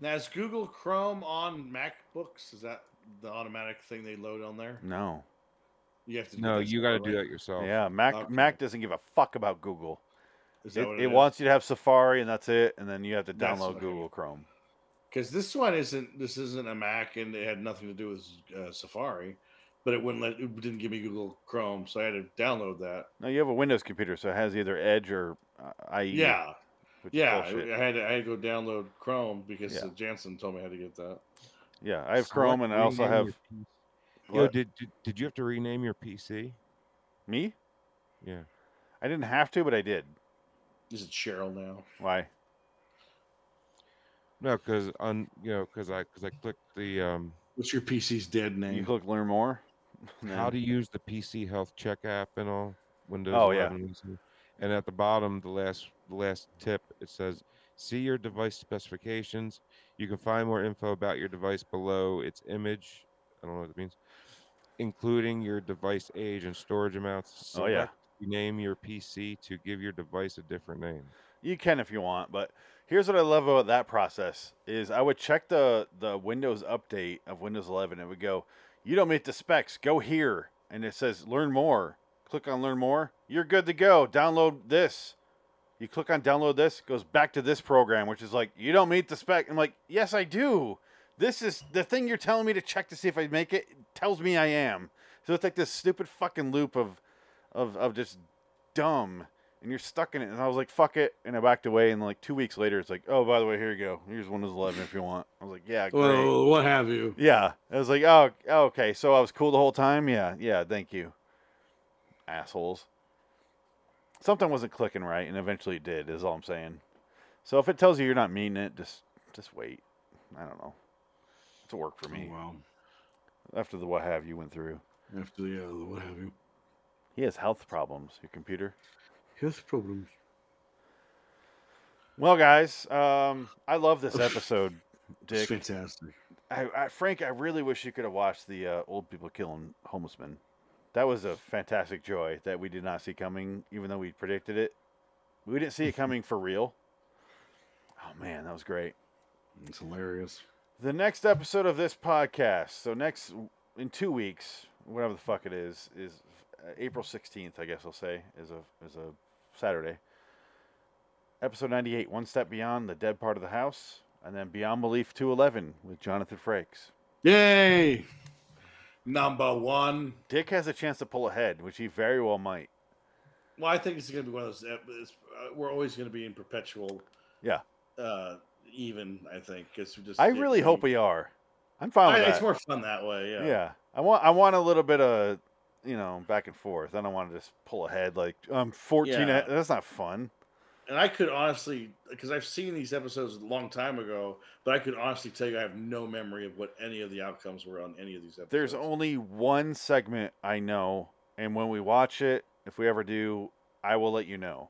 [SPEAKER 2] Now is Google Chrome on MacBooks? Is that the automatic thing they load on there?
[SPEAKER 1] no.
[SPEAKER 2] You have to. do
[SPEAKER 8] no,
[SPEAKER 2] that
[SPEAKER 8] you got to
[SPEAKER 2] separately.
[SPEAKER 8] do that yourself.
[SPEAKER 1] Yeah, Mac
[SPEAKER 2] Okay.
[SPEAKER 1] Mac doesn't give a fuck about Google.
[SPEAKER 2] Is
[SPEAKER 1] It,
[SPEAKER 2] that what
[SPEAKER 1] it
[SPEAKER 2] is?
[SPEAKER 1] wants you to have Safari and that's it, and then you have to
[SPEAKER 2] That's
[SPEAKER 1] download
[SPEAKER 2] what I mean.
[SPEAKER 1] Google Chrome.
[SPEAKER 2] because this one isn't this isn't a Mac and it had nothing to do with uh, Safari. but it wouldn't let it didn't give me Google Chrome, so I had to download that.
[SPEAKER 1] No, you have a Windows computer, so it has either Edge or uh, IE.
[SPEAKER 2] Yeah,
[SPEAKER 1] which is
[SPEAKER 2] yeah,
[SPEAKER 1] bullshit.
[SPEAKER 2] I had to I had to go download Chrome because
[SPEAKER 1] Yeah.
[SPEAKER 2] uh, Jansen told me how to get that.
[SPEAKER 1] Yeah, I have
[SPEAKER 8] So what
[SPEAKER 1] Chrome, and I also
[SPEAKER 8] rename
[SPEAKER 1] have
[SPEAKER 8] your P- Yo,
[SPEAKER 1] What?
[SPEAKER 8] did, did did you have to rename your PC?
[SPEAKER 1] me.
[SPEAKER 8] Yeah.
[SPEAKER 1] I didn't have to, but I did.
[SPEAKER 2] Is it Cheryl now?
[SPEAKER 1] Why?
[SPEAKER 8] No, because on you know because I because I clicked the um
[SPEAKER 2] What's your PC's dead
[SPEAKER 1] You
[SPEAKER 2] name?
[SPEAKER 1] click learn more. [laughs]
[SPEAKER 8] how
[SPEAKER 1] No.
[SPEAKER 8] to use the PC Health Check app and all Windows.
[SPEAKER 1] Oh, yeah.
[SPEAKER 8] 11 and so- And at the bottom, the last the last tip it says, "See your device specifications." You can find more info about your device below its image. I don't know what that means, including your device age and storage amounts.
[SPEAKER 1] Oh, yeah.
[SPEAKER 8] Select Name your PC to give your device a different name.
[SPEAKER 1] You can if you want, but here's what I love about that process is I would check the the Windows update of Windows 11. It would go, you don't meet the specs. Go here, and it says learn more. Click on learn more. You're good to go. Download this. You click on download this. It goes back to this program, which is like you don't meet the spec. I'm like, yes, I do. This is the thing you're telling me to check to see if I make it. it tells me I am. So it's like this stupid fucking loop of, of of just dumb and you're stuck in it. And I was like, fuck it. And I backed away. And like two weeks later, it's like, oh, by the way, here you go. Here's Windows 11 if you want. I was like, yeah, great.
[SPEAKER 2] Well, what have you?
[SPEAKER 1] yeah. I was like, oh, okay. So I was cool the whole time? Yeah. Yeah. Thank you. Assholes. Something wasn't clicking right. And eventually it did, is all I'm saying. So if it tells you you're not meaning it, just just wait. I don't know. It's a work for me.
[SPEAKER 2] Oh, Well,
[SPEAKER 1] After the what have you went through.
[SPEAKER 2] after the uh, what have you?
[SPEAKER 1] He has health problems, your computer.
[SPEAKER 2] Health problems.
[SPEAKER 1] Well, guys, um, I love this episode,
[SPEAKER 2] It's
[SPEAKER 1] Dick.
[SPEAKER 2] fantastic.
[SPEAKER 1] I, I, Frank, I really wish you could have watched the uh, old people killing homeless men. That was a fantastic joy that we did not see coming, even though we predicted it. We didn't see it coming for real. Oh man, that was great.
[SPEAKER 2] It's hilarious.
[SPEAKER 1] The next episode of this podcast, so next in two weeks, whatever the fuck it is, is uh, April sixteenth. I guess I'll say is a is a Saturday. Episode ninety eight, one step beyond the dead part of the house, and then beyond belief two eleven with Jonathan Frakes.
[SPEAKER 2] Yay! Number one.
[SPEAKER 1] Dick has a chance to pull ahead, which he very well might.
[SPEAKER 2] Well, I think it's going to be one of those. ep- It's, uh, we're always going to be in perpetual.
[SPEAKER 1] Yeah.
[SPEAKER 2] Uh, even I think because we just.
[SPEAKER 1] I
[SPEAKER 2] it-
[SPEAKER 1] really hope we are. I'm fine
[SPEAKER 2] I,
[SPEAKER 1] with
[SPEAKER 2] it's
[SPEAKER 1] that.
[SPEAKER 2] more fun that way.
[SPEAKER 1] yeah.
[SPEAKER 2] Yeah.
[SPEAKER 1] I want I want a little bit of you know back and forth. I don't want to just pull ahead like I'm 14.
[SPEAKER 2] Yeah.
[SPEAKER 1] ahead. That's not fun.
[SPEAKER 2] And I could honestly, because I've seen these episodes a long time ago, but I could honestly tell you I have no memory of what any of the outcomes were on any of these episodes.
[SPEAKER 1] There's only one segment I know, and when we watch it, if we ever do, I will let you know.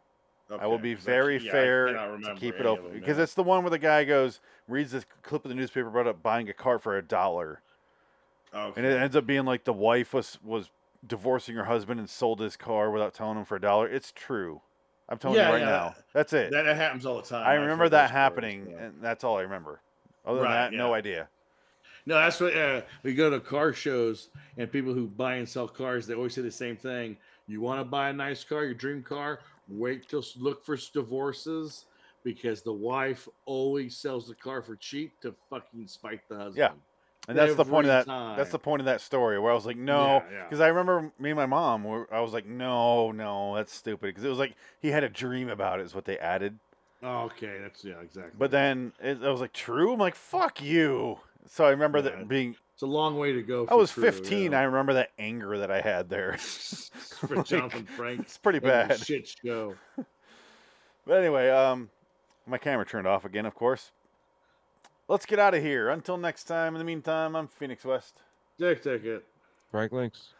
[SPEAKER 1] I will
[SPEAKER 2] Okay,
[SPEAKER 1] be
[SPEAKER 2] 'cause
[SPEAKER 1] very
[SPEAKER 2] can't- yeah, I
[SPEAKER 1] fair
[SPEAKER 2] cannot
[SPEAKER 1] to
[SPEAKER 2] remember
[SPEAKER 1] keep it
[SPEAKER 2] any of
[SPEAKER 1] open
[SPEAKER 2] them,
[SPEAKER 1] because
[SPEAKER 2] yeah.
[SPEAKER 1] it's the one where the guy goes reads this clip of the newspaper about up buying a car for a dollar,
[SPEAKER 2] Okay.
[SPEAKER 1] and it ends up being like the wife was was divorcing her husband and sold his car without telling him for a dollar. It's true. I'm telling
[SPEAKER 2] Yeah,
[SPEAKER 1] you right
[SPEAKER 2] yeah,
[SPEAKER 1] now. That's it.
[SPEAKER 2] that, that happens all the time.
[SPEAKER 1] I
[SPEAKER 2] I've
[SPEAKER 1] remember
[SPEAKER 2] heard those
[SPEAKER 1] that
[SPEAKER 2] stories,
[SPEAKER 1] happening,
[SPEAKER 2] yeah.
[SPEAKER 1] and that's all I remember. Other than
[SPEAKER 2] Right,
[SPEAKER 1] that, no
[SPEAKER 2] yeah.
[SPEAKER 1] idea.
[SPEAKER 2] No, that's what uh, we go to car shows and people who buy and sell cars. They always say the same thing: you want to buy a nice car, your dream car. Wait till s- look for s- divorces because the wife always sells the car for cheap to fucking spite the husband.
[SPEAKER 1] And that's the point of that.
[SPEAKER 2] Every
[SPEAKER 1] That's the
[SPEAKER 2] time.
[SPEAKER 1] point of that story where I was like, no,
[SPEAKER 2] Yeah, yeah.
[SPEAKER 1] because I remember me and my mom. Were, I was like, no, no, that's stupid. Because it was like he had a dream about it. Is what they added.
[SPEAKER 2] Oh, okay, that's yeah, exactly.
[SPEAKER 1] But then it, I was like, true. I'm like, fuck you. So I remember
[SPEAKER 2] Yeah.
[SPEAKER 1] that being.
[SPEAKER 2] it's a long way to go.
[SPEAKER 1] I was 15. I remember that anger that I had there. [laughs]
[SPEAKER 2] [laughs] for
[SPEAKER 1] like,
[SPEAKER 2] Jonathan Frank.
[SPEAKER 1] it's pretty
[SPEAKER 2] and the
[SPEAKER 1] bad.
[SPEAKER 2] Shit show.
[SPEAKER 1] But anyway, um, my camera turned off again, of course. Let's get out of here. Until next time. In the meantime, I'm Phoenix West.
[SPEAKER 2] Dick ticket.
[SPEAKER 8] Frank Links.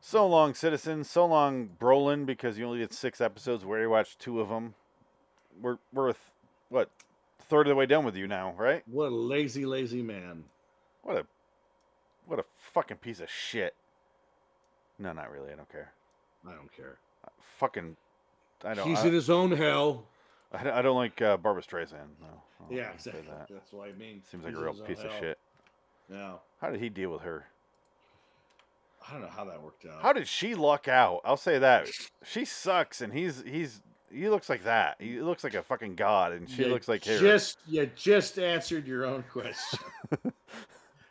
[SPEAKER 1] So long, Citizen. So long, Brolin, because you only did six episodes. We already watched two of them. We're we're a th- what third of the way done with you now, right?
[SPEAKER 2] What a lazy, lazy man.
[SPEAKER 1] What a what a fucking piece of shit. No, not really. I don't care.
[SPEAKER 2] I don't care.
[SPEAKER 1] Fucking, I don't.
[SPEAKER 2] He's
[SPEAKER 1] I,
[SPEAKER 2] in his own hell.
[SPEAKER 1] I don't- I don't like uh, Barbara Streisand. No. Oh, I don't
[SPEAKER 2] Yeah,
[SPEAKER 1] wanna say
[SPEAKER 2] exactly.
[SPEAKER 1] that.
[SPEAKER 2] That's what I mean.
[SPEAKER 1] Seems like a
[SPEAKER 2] He's in
[SPEAKER 1] real
[SPEAKER 2] his own
[SPEAKER 1] piece of
[SPEAKER 2] hell.
[SPEAKER 1] shit.
[SPEAKER 2] Yeah.
[SPEAKER 1] How did he deal with her?
[SPEAKER 2] I don't know how that worked out.
[SPEAKER 1] How did she luck out? I'll say that. She sucks, and he's he's he looks like that. He looks like a fucking god, and she
[SPEAKER 2] You
[SPEAKER 1] looks like Harry.
[SPEAKER 2] Just you
[SPEAKER 1] [laughs]
[SPEAKER 2] just answered your own question.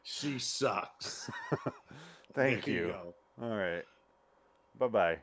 [SPEAKER 2] she sucks.
[SPEAKER 1] Thank
[SPEAKER 2] There you
[SPEAKER 1] you.
[SPEAKER 2] go.
[SPEAKER 1] All right. Bye bye.